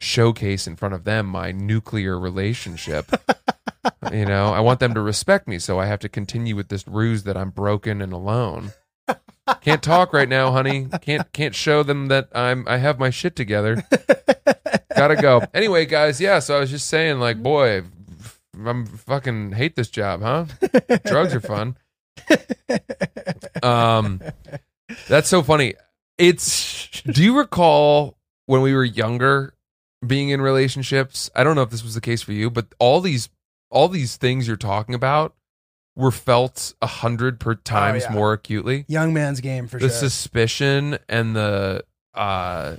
Speaker 2: showcase in front of them my nuclear relationship. you know, I want them to respect me. So I have to continue with this ruse that I'm broken and alone. Can't talk right now, honey. Can't can't show them that I'm I have my shit together. Gotta go. Anyway, guys, yeah. So I was just saying, like, boy, I'm fucking hate this job, huh? Drugs are fun. Um, that's so funny. It's. Do you recall when we were younger, being in relationships? I don't know if this was the case for you, but all these all these things you're talking about were felt a hundred per times
Speaker 1: Oh, yeah.
Speaker 2: more acutely.
Speaker 1: young man's game for
Speaker 2: the
Speaker 1: sure
Speaker 2: suspicion and the uh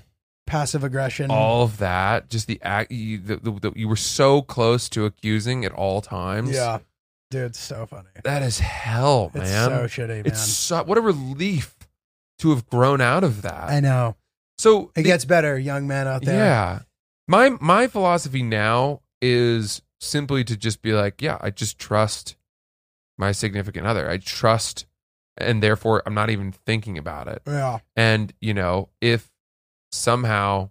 Speaker 1: passive aggression
Speaker 2: all of that just the act you, the, the, the, you were so close to accusing at all times
Speaker 1: yeah dude it's so funny
Speaker 2: that is hell
Speaker 1: it's
Speaker 2: man
Speaker 1: so shitty man
Speaker 2: it's so, what a relief to have grown out of that
Speaker 1: i know
Speaker 2: so
Speaker 1: It
Speaker 2: the-
Speaker 1: gets better, young man out there.
Speaker 2: yeah my my philosophy now is simply to just be like yeah i just trust my significant other i trust and therefore i'm not even thinking about it
Speaker 1: Yeah.
Speaker 2: and you know if somehow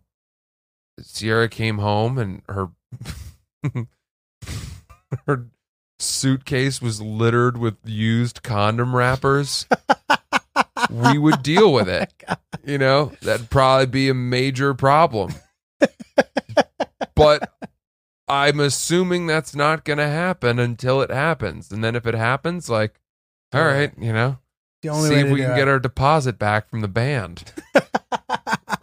Speaker 2: sierra came home and her her suitcase was littered with used condom wrappers we would deal
Speaker 1: Oh
Speaker 2: with it you know that'd probably be a major problem but i'm assuming that's not going to happen until it happens and then if it happens like all right you know
Speaker 1: The only
Speaker 2: see
Speaker 1: way
Speaker 2: if
Speaker 1: to
Speaker 2: we
Speaker 1: do
Speaker 2: can
Speaker 1: it.
Speaker 2: get our deposit back from the band.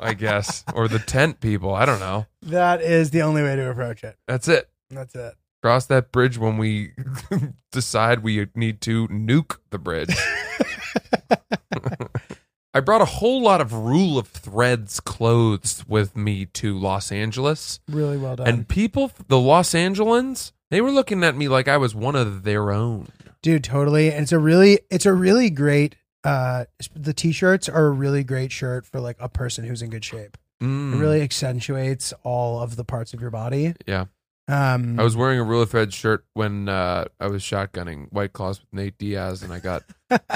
Speaker 2: I guess, or the tent people. I don't know.
Speaker 1: That is the only way to approach it.
Speaker 2: That's it.
Speaker 1: That's it.
Speaker 2: Cross that bridge when we decide we need to nuke the bridge. I brought a whole lot of rule of threads clothes with me to Los Angeles,
Speaker 1: Really well done.
Speaker 2: and people, the Los Angelans, they were looking at me like I was one of their own.
Speaker 1: Dude, totally. And it's a really it's a really great uh the t-shirts are a really great shirt for like a person who's in good shape.
Speaker 2: Mm.
Speaker 1: It really accentuates all of the parts of your body.
Speaker 2: Yeah.
Speaker 1: Um
Speaker 2: I was wearing a Rule of Thread shirt when uh, I was shotgunning White Claws with Nate Diaz, and I got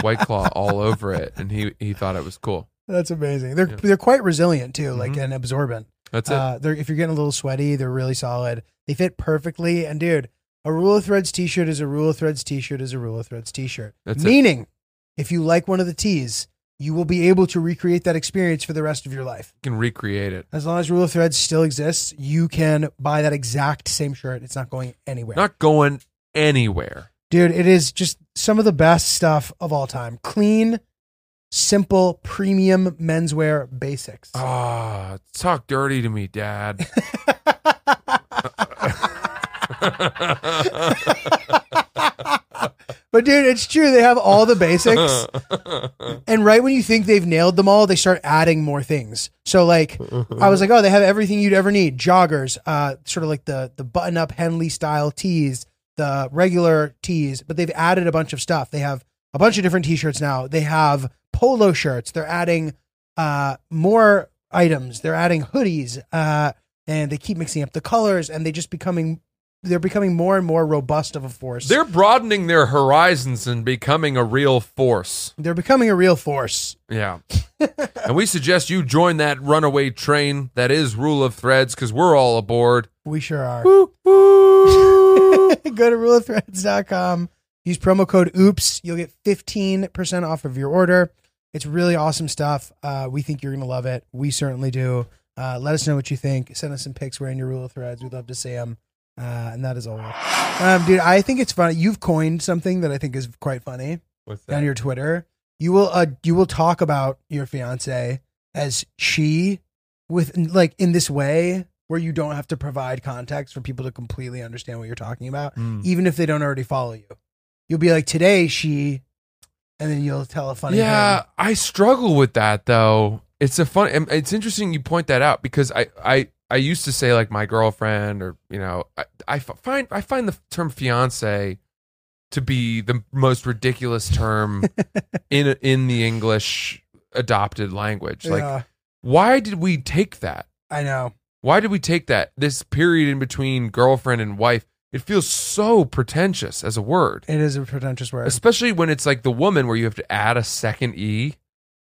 Speaker 2: White Claw all over it, and he he thought it was cool.
Speaker 1: that's amazing. They're
Speaker 2: Yeah.
Speaker 1: they're quite resilient too, like
Speaker 2: Mhm.
Speaker 1: and absorbent.
Speaker 2: That's it.
Speaker 1: Uh, they're if you're getting a little sweaty, they're really solid. They fit perfectly. And dude, a Rule of Threads T-shirt is a Rule of Threads T-shirt is a Rule of Threads T-shirt.
Speaker 2: That's it.
Speaker 1: Meaning, if you like one of the tees, you will be able to recreate that experience for the rest of your life.
Speaker 2: you can recreate it.
Speaker 1: As long as Rule of Threads still exists, you can buy that exact same shirt. It's not going anywhere.
Speaker 2: Not going anywhere.
Speaker 1: Dude, it is just some of the best stuff of all time. Clean, simple premium menswear basics.
Speaker 2: Ah, talk dirty to me, Dad.
Speaker 1: but dude, it's true. They have all the basics. and right when you think they've nailed them all, they start adding more things. So like I was like, oh, they have everything you'd ever need. Joggers, uh, sort of like the the button up Henley style tees, the regular tees, but they've added a bunch of stuff. They have a bunch of different t-shirts now. They have polo shirts. They're adding uh, more items. They're adding hoodies, uh, and they keep mixing up the colors, and they just becoming they're becoming more and more robust of a force.
Speaker 2: They're broadening their horizons and becoming a real force.
Speaker 1: they're becoming a real force.
Speaker 2: Yeah. and we suggest you join that runaway train that is Rule of Threads because we're all aboard.
Speaker 1: We sure are.
Speaker 2: Woo, woo.
Speaker 1: Go to ruleofthreads.com. Use promo code OOPS. You'll get 15% off of your order. It's really awesome stuff. Uh, we think you're going to love it. We certainly do. Uh, let us know what you think. Send us some pics wearing your rule of threads. We'd love to see them. Uh, and that is all. Um, dude, I think it's funny. You've coined something that I think is quite funny
Speaker 2: What's
Speaker 1: on your Twitter. You will uh, you will talk about your fiance as she with like in this way where you don't have to provide context for people to completely understand what you're talking about,
Speaker 2: Mm.
Speaker 1: even if they don't already follow you. You'll be like, today she, and then you'll tell a funny.
Speaker 2: yeah
Speaker 1: him.
Speaker 2: i struggle with that though it's a fun and it's interesting you point that out because i i i used to say like my girlfriend or you know i, I f- find i find the term fiance to be the most ridiculous term in in the english adopted language like
Speaker 1: Yeah,
Speaker 2: why did we take that
Speaker 1: I know.
Speaker 2: why did we take that this period in between girlfriend and wife it feels so pretentious as a word
Speaker 1: It is a pretentious word.
Speaker 2: especially when it's like the woman where you have to add a second e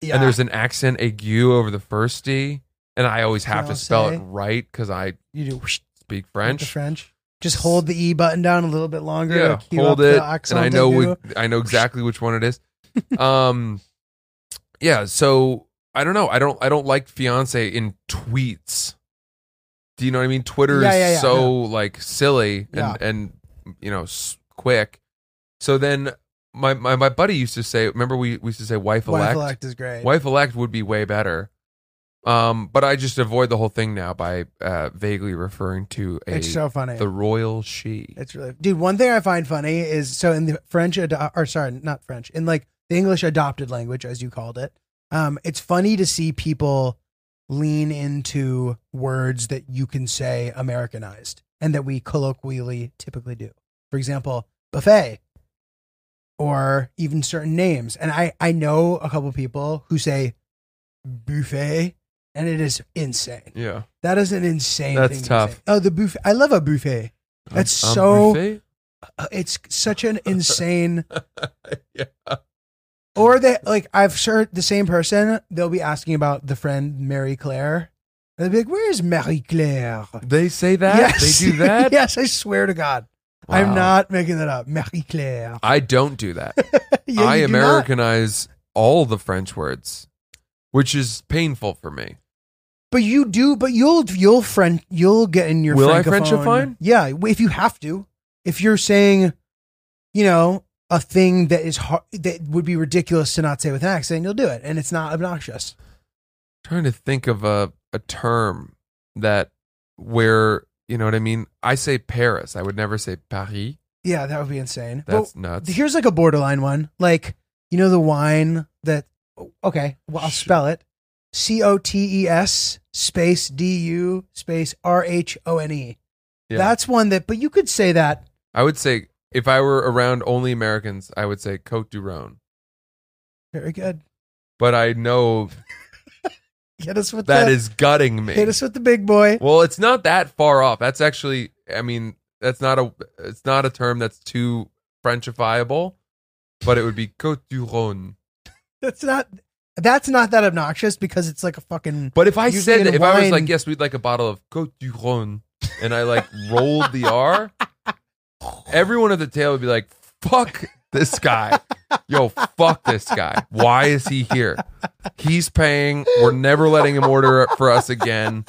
Speaker 1: Yeah.
Speaker 2: and there's an accent ague over the first D, and I always have to spell it
Speaker 1: Fiancé.
Speaker 2: right because I
Speaker 1: you do whoosh,
Speaker 2: speak
Speaker 1: with the
Speaker 2: French.
Speaker 1: French. Just hold the E button down a little bit longer.
Speaker 2: Yeah,
Speaker 1: to cue
Speaker 2: hold
Speaker 1: up the
Speaker 2: it, and
Speaker 1: accent
Speaker 2: I know
Speaker 1: aigu.
Speaker 2: we, I know exactly which one it is. um, yeah. So I don't know. I don't. I don't like fiance in tweets. Do you know what I mean? Twitter
Speaker 1: Yeah,
Speaker 2: is
Speaker 1: yeah, yeah,
Speaker 2: so like silly and and you know s- quick. So then my, my my buddy used to say. Remember we we used to say wife
Speaker 1: Wife
Speaker 2: elect.
Speaker 1: elect is great.
Speaker 2: Wife elect would be way better. Um, but I just avoid the whole thing now by uh, vaguely referring to a
Speaker 1: It's so funny.
Speaker 2: the royal she.
Speaker 1: It's really dude. One thing I find funny is so in the French ado- or sorry, not French, in like the English adopted language, as you called it. Um, it's funny to see people lean into words that you can say Americanized and that we colloquially typically do. For example, buffet or even certain names. And I I know a couple people who say buffet, and it is insane.
Speaker 2: Yeah,
Speaker 1: That is an insane.
Speaker 2: That's
Speaker 1: thing to
Speaker 2: tough.
Speaker 1: say. Oh, the buffet. I love a buffet That's
Speaker 2: Um,
Speaker 1: so- uh, it's such an insane
Speaker 2: Yeah.
Speaker 1: or that like i've heard the same person they'll be asking about the friend mary claire and they'll be like where's mary claire
Speaker 2: They say that they do that.
Speaker 1: yes i swear to god i'm
Speaker 2: Wow.
Speaker 1: not making that up mary claire
Speaker 2: I don't do that.
Speaker 1: Yeah,
Speaker 2: I
Speaker 1: you do not.
Speaker 2: Americanize all the French words, which is painful for me.
Speaker 1: but you do but you'll you'll friend you'll get in your
Speaker 2: Will I
Speaker 1: francophone-
Speaker 2: Frenchophone?
Speaker 1: yeah if you have to if you're saying you know a thing that is hard, that would be ridiculous to not say with an accent you'll do it and it's not obnoxious
Speaker 2: trying to think of a a term that where you know what I mean. I say Paris. I would never say Paris.
Speaker 1: Yeah, that would be insane. But
Speaker 2: That's nuts.
Speaker 1: here's like a borderline one. Like, you know, the wine that, okay, well, I'll
Speaker 2: Sh-
Speaker 1: spell it C O T E S space D U space R H O N E.
Speaker 2: Yeah.
Speaker 1: That's one that, but you could say that.
Speaker 2: I would say if I were around only Americans, I would say Cote du Rhone.
Speaker 1: Very good.
Speaker 2: But I know
Speaker 1: Hit us with
Speaker 2: that
Speaker 1: the,
Speaker 2: is gutting me.
Speaker 1: hit us with the big boy.
Speaker 2: Well, it's not that far off. That's actually, I mean, that's not a, it's not a term that's too Frenchifiable, but it would be Cote du Rhone.
Speaker 1: That's not, that's not that obnoxious because it's like a fucking,
Speaker 2: But if I
Speaker 1: Mm. You
Speaker 2: said,
Speaker 1: get
Speaker 2: that, if I was
Speaker 1: wine.
Speaker 2: like, yes, we'd like a bottle of Cote du Rhone, and I like rolled the R, everyone at the table would be like, fuck this guy. Yo, fuck this guy. Why is he here? He's paying. We're never letting him order it for us again.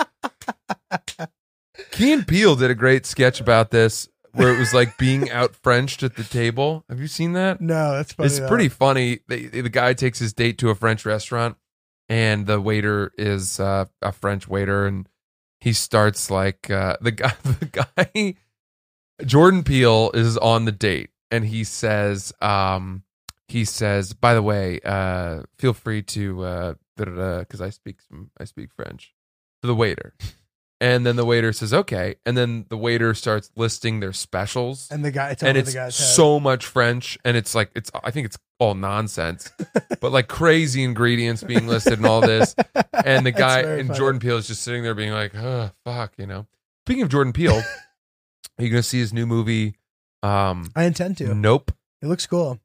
Speaker 2: Key and Peele did a great sketch about this where it was like being out Frenched at the table. Have you seen that?
Speaker 1: No, that's funny.
Speaker 2: it's
Speaker 1: though.
Speaker 2: pretty funny. The, the guy takes his date to a French restaurant, and the waiter is uh, a French waiter, and he starts like uh, the guy. The guy Jordan Peele is on the date, and he says, um, he says, by the way, uh, feel free to uh, because I speak some, I speak French to the waiter. And then the waiter says, "Okay." And then the waiter starts listing their specials
Speaker 1: And the guy, it's
Speaker 2: and
Speaker 1: over
Speaker 2: it's
Speaker 1: the guy's head.
Speaker 2: so much French, and it's like it's I think it's all nonsense, but like crazy ingredients being listed and all this, and the
Speaker 1: It's
Speaker 2: guy
Speaker 1: very
Speaker 2: and
Speaker 1: funny.
Speaker 2: Jordan Peele is just sitting there being like, oh, fuck, you know. Speaking of Jordan Peele, are you gonna see his new movie? Um,
Speaker 1: I intend to.
Speaker 2: nope.
Speaker 1: It looks cool.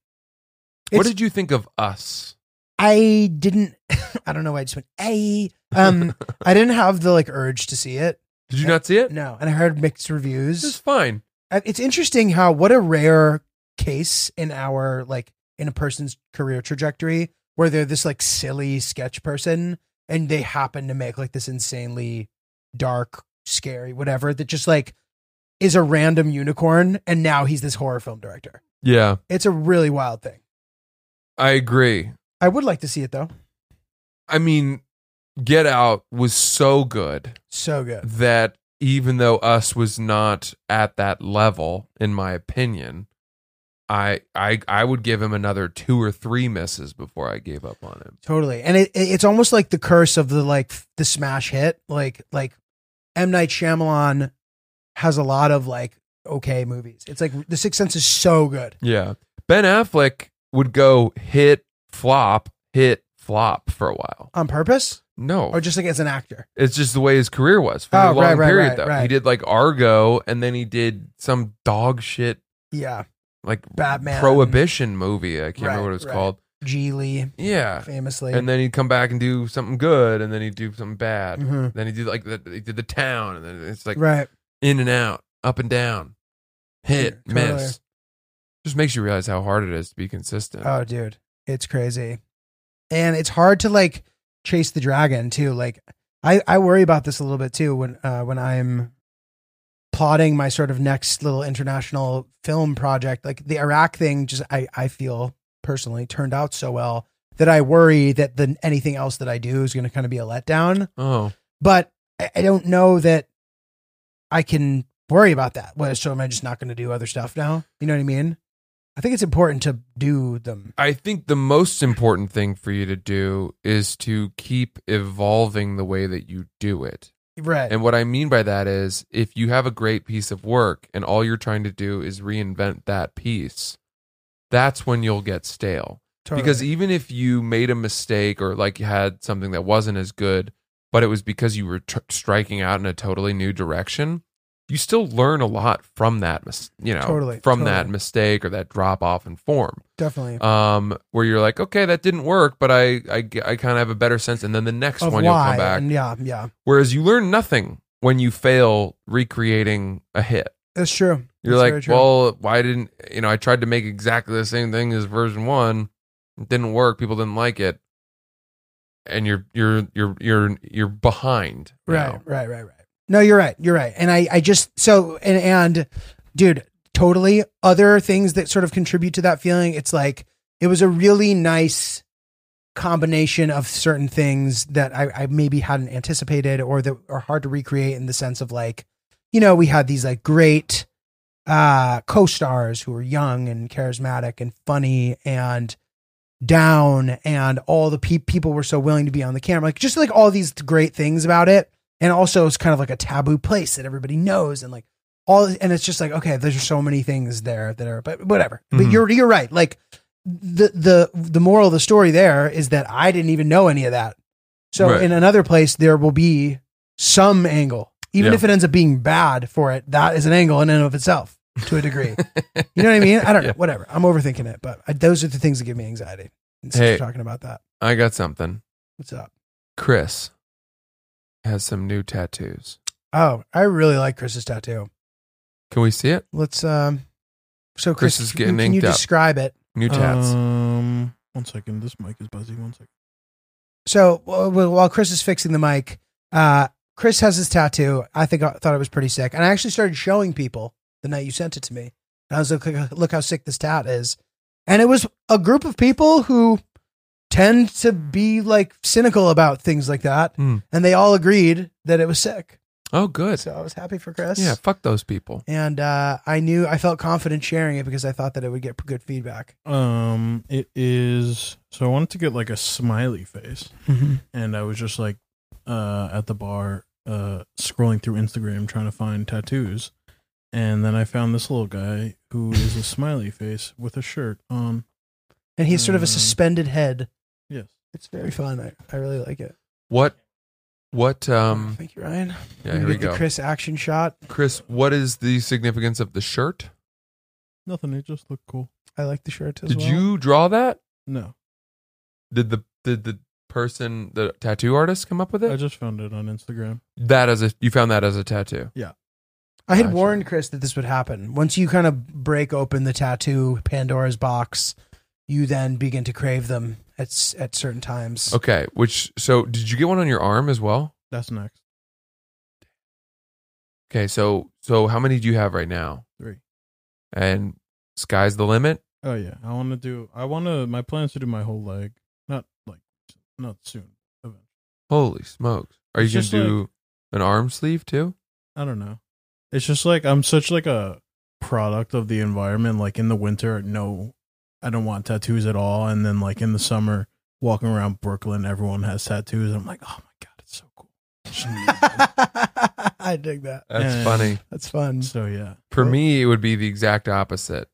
Speaker 2: What
Speaker 1: It's-
Speaker 2: did you think of Us?
Speaker 1: I didn't. I don't know why I just went. I um. I didn't have the like urge to see it.
Speaker 2: Did you not see it?
Speaker 1: No, and I heard mixed reviews.
Speaker 2: This is fine.
Speaker 1: Uh, it's interesting how what a rare case in our like in a person's career trajectory where they're this like silly sketch person and they happen to make like this insanely dark scary whatever that just like is a random unicorn and now he's this horror film director
Speaker 2: Yeah,
Speaker 1: it's a really wild thing
Speaker 2: I agree.
Speaker 1: i would like to see it though
Speaker 2: I mean, Get Out was so good.
Speaker 1: so good
Speaker 2: that even though us was not at that level in my opinion i i i would give him another two or three misses before i gave up on him
Speaker 1: totally and it, it- it's almost like the curse of the like f- the smash hit like like m night Shyamalan has a lot of like okay movies it's like the sixth sense is so good
Speaker 2: yeah ben affleck would go hit flop hit flop for a while
Speaker 1: on purpose
Speaker 2: no
Speaker 1: or just like as an actor
Speaker 2: it's just the way his career was for a
Speaker 1: Oh,
Speaker 2: long
Speaker 1: right, right,
Speaker 2: period
Speaker 1: right,
Speaker 2: though
Speaker 1: right.
Speaker 2: he did like argo and then he did some dog shit
Speaker 1: yeah
Speaker 2: like
Speaker 1: Batman.
Speaker 2: prohibition movie i can't remember
Speaker 1: Right,
Speaker 2: what it was
Speaker 1: right.
Speaker 2: called
Speaker 1: G Lee
Speaker 2: yeah
Speaker 1: famously
Speaker 2: and then he'd come back and do something good and then he'd do something bad
Speaker 1: Mhm.
Speaker 2: Then he did like the, he did the town, and then it's like
Speaker 1: right
Speaker 2: in and out, up and down, hit,
Speaker 1: Yeah, totally.
Speaker 2: miss. Just makes you realize how hard it is to be consistent.
Speaker 1: oh dude it's crazy and it's hard to like chase the dragon too like I I worry about this a little bit too when uh when I'm plotting my sort of next little international film project like the Iraq thing just I I feel personally turned out so well that I worry that the anything else that I do is going to kind of be a letdown
Speaker 2: oh,
Speaker 1: but I, I don't know that I can worry about that. Well, so am I just not going to do other stuff now? You know what I mean? I think it's important to do them.
Speaker 2: I think the most important thing for you to do is to keep evolving the way that you do it.
Speaker 1: Right.
Speaker 2: And what I mean by that is, if you have a great piece of work and all you're trying to do is reinvent that piece, that's when you'll get stale.
Speaker 1: Totally.
Speaker 2: Because e- even if you made a mistake or like you had something that wasn't as good, but it was because you were tr- striking out in a totally new direction, you still learn a lot from that, mis- you know,
Speaker 1: Totally,
Speaker 2: from that
Speaker 1: totally.
Speaker 2: mistake or that drop off in form.
Speaker 1: definitely.
Speaker 2: Um, where you're like, okay, that didn't work, but I, I, kind of have a better sense, and then the next
Speaker 1: of
Speaker 2: one you'll
Speaker 1: why.
Speaker 2: come back.
Speaker 1: And yeah, yeah.
Speaker 2: Whereas you learn nothing when you fail recreating a hit.
Speaker 1: That's true.
Speaker 2: You're
Speaker 1: That's very
Speaker 2: like,
Speaker 1: true.
Speaker 2: well, why didn't you know? I tried to make exactly the same thing as version one. It didn't work. People didn't like it, and you're you're you're you're you're behind.
Speaker 1: Right,
Speaker 2: now.
Speaker 1: right, right, right. No, you're right. You're right. And I, I just so and and dude, totally other things that sort of contribute to that feeling. It's like it was a really nice combination of certain things that I, I maybe hadn't anticipated or that are hard to recreate in the sense of like, you know, we had these like great uh co-stars who were young and charismatic and funny and down and all the pe- people were so willing to be on the camera like just like all these great things about it and also it's kind of like a taboo place that everybody knows and like all and it's just like okay there's so many things there that are but whatever but
Speaker 2: Mhm.
Speaker 1: you're you're right like the the the moral of the story there is that I didn't even know any of that so
Speaker 2: Right.
Speaker 1: in another place there will be some angle even
Speaker 2: Yeah.
Speaker 1: if it ends up being bad for it that is an angle in and of itself to a degree you know what I mean? I don't know.
Speaker 2: Yeah.
Speaker 1: Whatever. I'm overthinking it, but I, those are the things that give me anxiety. And since
Speaker 2: Hey.
Speaker 1: we're talking about that,
Speaker 2: I got something.
Speaker 1: what's up?
Speaker 2: Chris has some new tattoos.
Speaker 1: Oh, I really like Chris's tattoo.
Speaker 2: Can we see it?
Speaker 1: Let's um. So Chris,
Speaker 2: Chris is getting
Speaker 1: can, can you
Speaker 2: inked up.
Speaker 1: describe it?
Speaker 2: New tats.
Speaker 3: Um, one second. This mic is buzzy. One second.
Speaker 1: So wh- wh- while Chris is fixing the uh, mic, uh, Chris has his tattoo. I think I thought it was pretty sick, and I actually started showing people the night you sent it to me. And I was like, "Look- look how sick this tat is. And it was a group of people who tend to be like cynical about things like that.
Speaker 2: Hmm.
Speaker 1: And they all agreed that it was sick.
Speaker 2: Oh, good.
Speaker 1: So I was happy for Chris.
Speaker 2: Yeah, fuck those people.
Speaker 1: And uh, I knew I felt confident sharing it because I thought that it would get good feedback.
Speaker 3: Um, it is. So I wanted to get like a smiley face, and I was just like, uh, at the bar, uh, scrolling through Instagram trying to find tattoos, and then I found this little guy who is a smiley face with a shirt on.
Speaker 1: And he's sort of a
Speaker 3: Mm.
Speaker 1: suspended head.
Speaker 3: Yes.
Speaker 1: It's very fun. I, I really like it.
Speaker 2: What? What? Um.
Speaker 1: Thank you, Ryan.
Speaker 2: Yeah, here we
Speaker 1: get the
Speaker 2: go.
Speaker 1: Chris action shot.
Speaker 2: Chris, what is the significance of the shirt?
Speaker 3: Nothing. It just looked cool.
Speaker 1: I like the shirt as
Speaker 2: Did
Speaker 1: well.
Speaker 2: you draw that?
Speaker 3: No,
Speaker 2: Did the did the person, the tattoo artist, come up with
Speaker 3: I
Speaker 2: it?
Speaker 3: just found it on Instagram.
Speaker 2: That as a you found that as a tattoo.
Speaker 1: I had
Speaker 2: Gotcha.
Speaker 1: warned Chris that this would happen. Once you kind of break open the tattoo Pandora's box, you then begin to crave them at s- at certain times.
Speaker 2: Okay. Which so did you get one on your arm as well?
Speaker 3: That's next.
Speaker 2: Okay. So so how many do you have right now?
Speaker 3: Three.
Speaker 2: And sky's the limit.
Speaker 3: Oh yeah, I want to do. I want to. My plan is to do my whole leg. Not like, not soon. Eventually.
Speaker 2: Holy smokes! Are you
Speaker 3: It's
Speaker 2: gonna
Speaker 3: just
Speaker 2: do an arm sleeve too?
Speaker 3: I don't know. It's just like I'm such like a product of the environment. Like in the winter, no, I don't want tattoos at all. And then like in the summer, walking around Brooklyn, everyone has tattoos. I'm like, oh my god, it's so cool.
Speaker 1: I dig that.
Speaker 2: That's
Speaker 3: Yeah.
Speaker 2: funny.
Speaker 1: That's fun.
Speaker 3: So yeah,
Speaker 2: For
Speaker 1: Cool.
Speaker 2: me, it would be the exact opposite.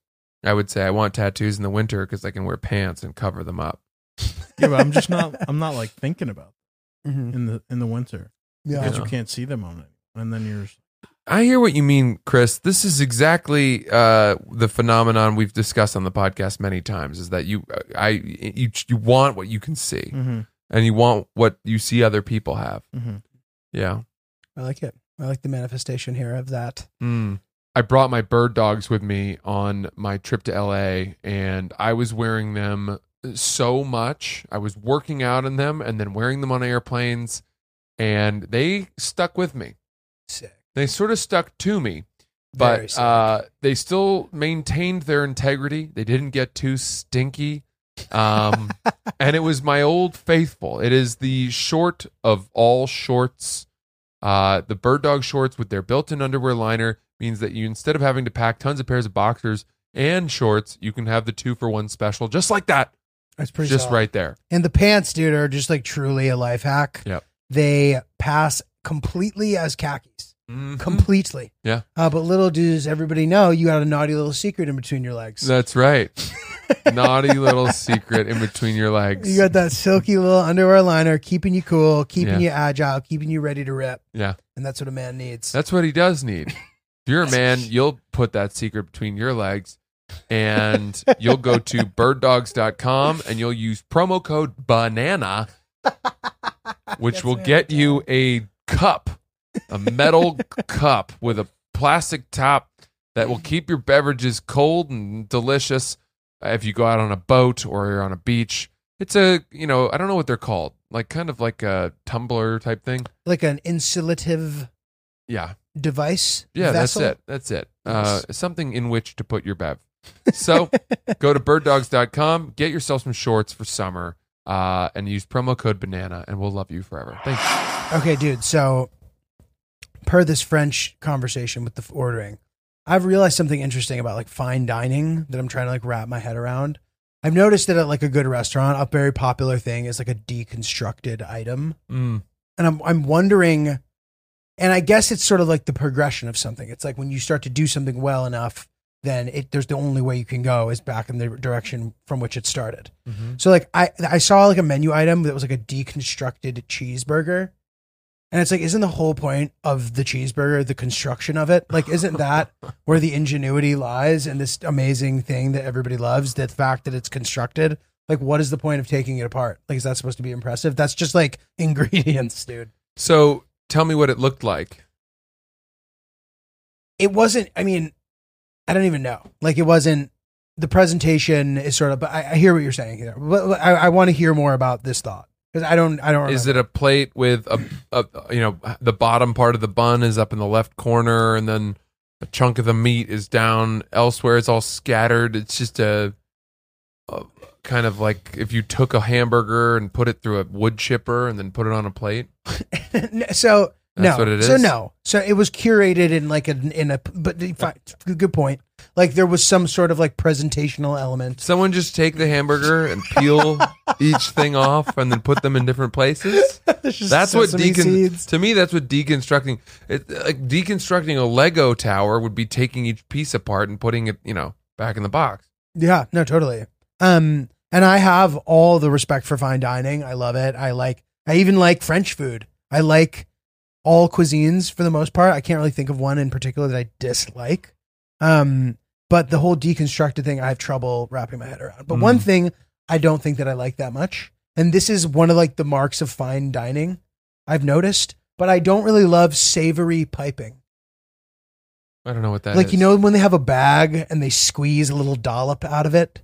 Speaker 2: I would say I want tattoos in the winter because I can wear pants and cover them up.
Speaker 3: yeah, but I'm just not. I'm not like thinking about
Speaker 1: Mhm.
Speaker 3: it in the in the winter
Speaker 1: Yeah.
Speaker 3: because you can't see them on it. And then you're just-
Speaker 2: I hear what you mean, Chris. This is exactly uh, the phenomenon we've discussed on the podcast many times: is that you, uh, I, you, you want what you can see,
Speaker 3: Mhm,
Speaker 2: and you want what you see other people have.
Speaker 3: mhm.
Speaker 2: Yeah.
Speaker 1: I like it. I like the manifestation here of that.
Speaker 2: Mm. I brought my bird dogs with me on my trip to LA, and I was wearing them so much. I was working out in them and then wearing them on airplanes, and they stuck with me.
Speaker 1: Sick.
Speaker 2: They sort of stuck to me,
Speaker 1: Very
Speaker 2: but
Speaker 1: sick.
Speaker 2: uh, they still maintained their integrity. They didn't get too stinky. Um, and it was my old faithful. It is the short of all shorts. Uh, the bird dog shorts with their built-in underwear liner means that you instead of having to pack tons of pairs of boxers and shorts, you can have the two for one special just like that,
Speaker 1: That's pretty
Speaker 2: just
Speaker 1: solid.
Speaker 2: right there.
Speaker 1: And the pants, dude, are just like truly a life hack.
Speaker 2: Yep.
Speaker 1: They pass completely as khakis, Mm-hmm. completely.
Speaker 2: Yeah.
Speaker 1: Uh, but little does everybody know you got a naughty little secret in between your legs.
Speaker 2: That's right. Naughty little secret in between your legs.
Speaker 1: You got that silky little underwear liner keeping you cool, keeping you
Speaker 2: Yeah.
Speaker 1: agile, keeping you ready to rip.
Speaker 2: Yeah.
Speaker 1: And that's what a man needs.
Speaker 2: That's what he does need. If you're a man, you'll put that secret between your legs and you'll go to birddogs.com and you'll use promo code banana, which
Speaker 1: That's
Speaker 2: will
Speaker 1: right.
Speaker 2: get you a cup, a metal cup with a plastic top that will keep your beverages cold and delicious uh, if you go out on a boat or you're on a beach. It's a, you know, I don't know what they're called, like kind of like a tumbler type thing.
Speaker 1: like an insulative
Speaker 2: Yeah.
Speaker 1: device.
Speaker 2: Yeah,
Speaker 1: vessel.
Speaker 2: that's it. That's it.
Speaker 1: Nice.
Speaker 2: Uh, something in which to put your bev. So go to birddogs.com, get yourself some shorts for summer, uh, and use promo code banana, and we'll love you forever. Thank you.
Speaker 1: Okay, dude. So, per this French conversation with the f- ordering, I've realized something interesting about like fine dining that I'm trying to like wrap my head around. I've noticed that at like a good restaurant, a very popular thing is like a deconstructed item, and I'm I'm wondering, and I guess it's sort of like the progression of something. It's like when you start to do something well enough, then it there's the only way you can go is back in the direction from which it started. So like I I saw like a menu item that was like a deconstructed cheeseburger. And it's like, isn't the whole point of the cheeseburger the construction of it? Like, isn't that where the ingenuity lies in this amazing thing that everybody loves? The fact that it's constructed. Like, what is the point of taking it apart? Like, is that supposed to be impressive? That's just like ingredients, dude.
Speaker 2: So tell me what it looked like.
Speaker 1: it wasn't i mean i don't even know like it wasn't the presentation is sort of but i, I hear what you're saying here but but i, I want to hear more about this thought because i don't i don't
Speaker 2: Is
Speaker 1: remember.
Speaker 2: it a plate with a, a, you know, the bottom part of the bun is up in the left corner, and then a chunk of the meat is down elsewhere. It's all scattered. It's just a, a kind of like if you took a hamburger and put it through a wood chipper and then put it on a plate.
Speaker 1: No, so
Speaker 2: That's
Speaker 1: no,
Speaker 2: what it
Speaker 1: so
Speaker 2: is?
Speaker 1: no, so it was curated in like an in a but the- fi- good point. Like there was some sort of like presentational element.
Speaker 2: Someone just take the hamburger and peel each thing off and then put them in different places. That's what decon. To me, that's what deconstructing. It, like deconstructing a Lego tower would be taking each piece apart and putting it, you know, back in the box.
Speaker 1: Yeah, no, totally. Um, and I have all the respect for fine dining. I love it. I like. I even like French food. I like all cuisines for the most part. I can't really think of one in particular that I dislike. Um, but the whole deconstructed thing, I have trouble wrapping my head around. But one
Speaker 2: Mm.
Speaker 1: thing I don't think that I like that much, and this is one of like the marks of fine dining I've noticed. But I don't really love savory piping
Speaker 2: I don't know what that is.
Speaker 1: like you know when they have a bag and they squeeze a little dollop out of it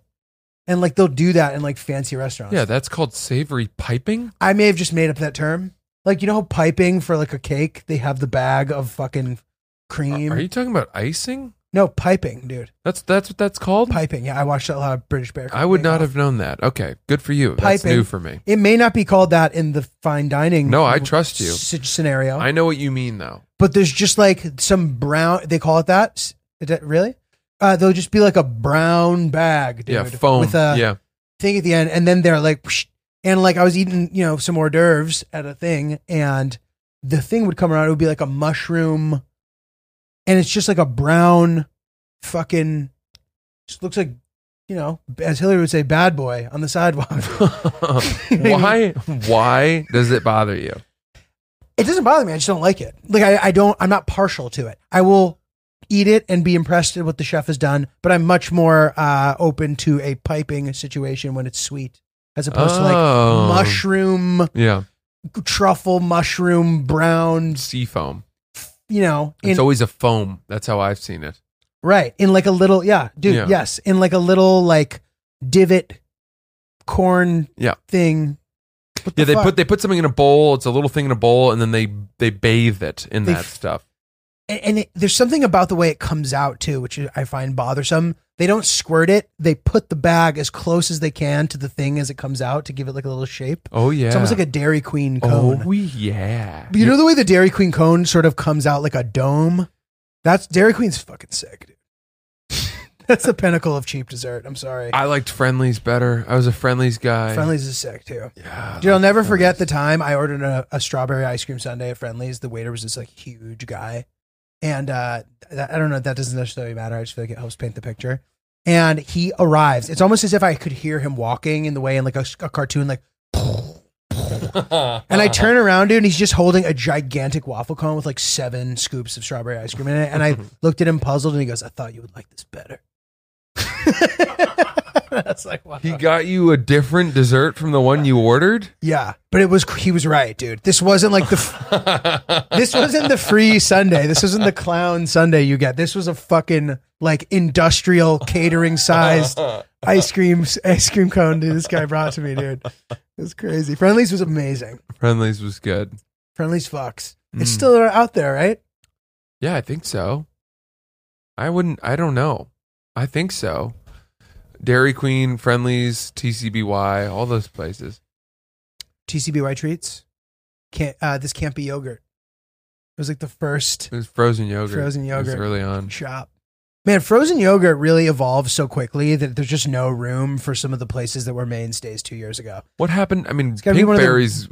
Speaker 1: and like they'll do that in like fancy restaurants
Speaker 2: Yeah, that's called savory piping.
Speaker 1: i may have just made up that term like you know how piping for like a cake they have the bag of fucking cream
Speaker 2: Are you talking about icing?
Speaker 1: no piping dude
Speaker 2: That's that's what that's called.
Speaker 1: piping yeah i watched a lot of british bear
Speaker 2: I would
Speaker 1: Bake
Speaker 2: not
Speaker 1: Off.
Speaker 2: have known that. Okay, good for you. That's
Speaker 1: Piping.
Speaker 2: new for me.
Speaker 1: it may not be called that in the fine dining
Speaker 2: No, I trust you.
Speaker 1: s- scenario
Speaker 2: I know what you mean though.
Speaker 1: but there's just like some brown they call it that S- is that really uh, they'll just be like a brown bag dude
Speaker 2: yeah, foam.
Speaker 1: with uh, a
Speaker 2: yeah,
Speaker 1: thing at the end, and then they're like, psh, and like I was eating, you know, some hors d'oeuvres at a thing, and the thing would come around. It would be like a mushroom, and it's just like a brown, fucking, just looks like, you know, as Hillary would say, bad boy on the sidewalk.
Speaker 2: why? Why does it bother you?
Speaker 1: It doesn't bother me. I just don't like it. Like I, I don't. I'm not partial to it. I will eat it and be impressed at what the chef has done, but I'm much more uh, open to a piping situation when it's sweet, as opposed to like
Speaker 2: Oh.
Speaker 1: mushroom.
Speaker 2: Yeah,
Speaker 1: truffle mushroom brown
Speaker 2: sea foam.
Speaker 1: you know in,
Speaker 2: It's always a foam. That's how I've seen it.
Speaker 1: right in like a little yeah dude
Speaker 2: Yeah.
Speaker 1: yes in like a little like divot corn
Speaker 2: Yeah.
Speaker 1: thing What the
Speaker 2: Yeah, they
Speaker 1: fuck?
Speaker 2: put they put something in a bowl. It's a little thing in a bowl, and then they they bathe it in
Speaker 1: They
Speaker 2: that
Speaker 1: f-
Speaker 2: stuff.
Speaker 1: and, and it, there's something about the way it comes out too which i find bothersome they don't squirt it they put the bag as close as they can to the thing as it comes out to give it like a little shape
Speaker 2: Oh yeah,
Speaker 1: it's almost like a dairy queen cone
Speaker 2: oh yeah.
Speaker 1: But you know the way the dairy queen cone sort of comes out like a dome that's dairy queen's fucking sick dude that's the pinnacle of cheap dessert i'm sorry
Speaker 2: I liked Friendlies better. I was a Friendlies guy.
Speaker 1: Friendlies is sick too.
Speaker 2: Yeah, I
Speaker 1: Dude, I'll never
Speaker 2: liked Friendlies.
Speaker 1: forget the time I ordered a, a strawberry ice cream sundae at Friendlies. The waiter was this like huge guy, and uh, that, I don't know. That doesn't necessarily matter. I just feel like it helps paint the picture. And he arrives. It's almost as if I could hear him walking in the way in like a, a cartoon, like. And I
Speaker 2: Uh-huh.
Speaker 1: turn around, dude, and he's just holding a gigantic waffle cone with like seven scoops of strawberry ice cream in it. And I looked at him puzzled, and he goes, "I thought you would like this better." That's like wow.
Speaker 2: He got you a different dessert from the one you ordered.
Speaker 1: Yeah, but it was he was right, dude. This wasn't like the this wasn't the free Sunday. This isn't the clown Sunday you get. This was a fucking like industrial catering sized ice cream ice cream cone dude, this guy brought to me, dude. It was crazy. Friendlies was amazing.
Speaker 2: Friendlies was good.
Speaker 1: Friendlies fucks. It's
Speaker 2: Mm.
Speaker 1: still out there, right?
Speaker 2: Yeah, I think so. I wouldn't. I don't know. I think so. Dairy Queen, Friendlies, TCBY, all those places.
Speaker 1: TCBY treats. Can't uh, this can't be yogurt. It was like the first
Speaker 2: It was frozen yogurt.
Speaker 1: Frozen
Speaker 2: It was
Speaker 1: yogurt.
Speaker 2: early on.
Speaker 1: shop. Man, frozen yogurt really evolved so quickly that there's just no room for some of the places that were mainstays two years ago.
Speaker 2: What happened? I mean,
Speaker 1: gotta be one of the-
Speaker 2: Pinkberry's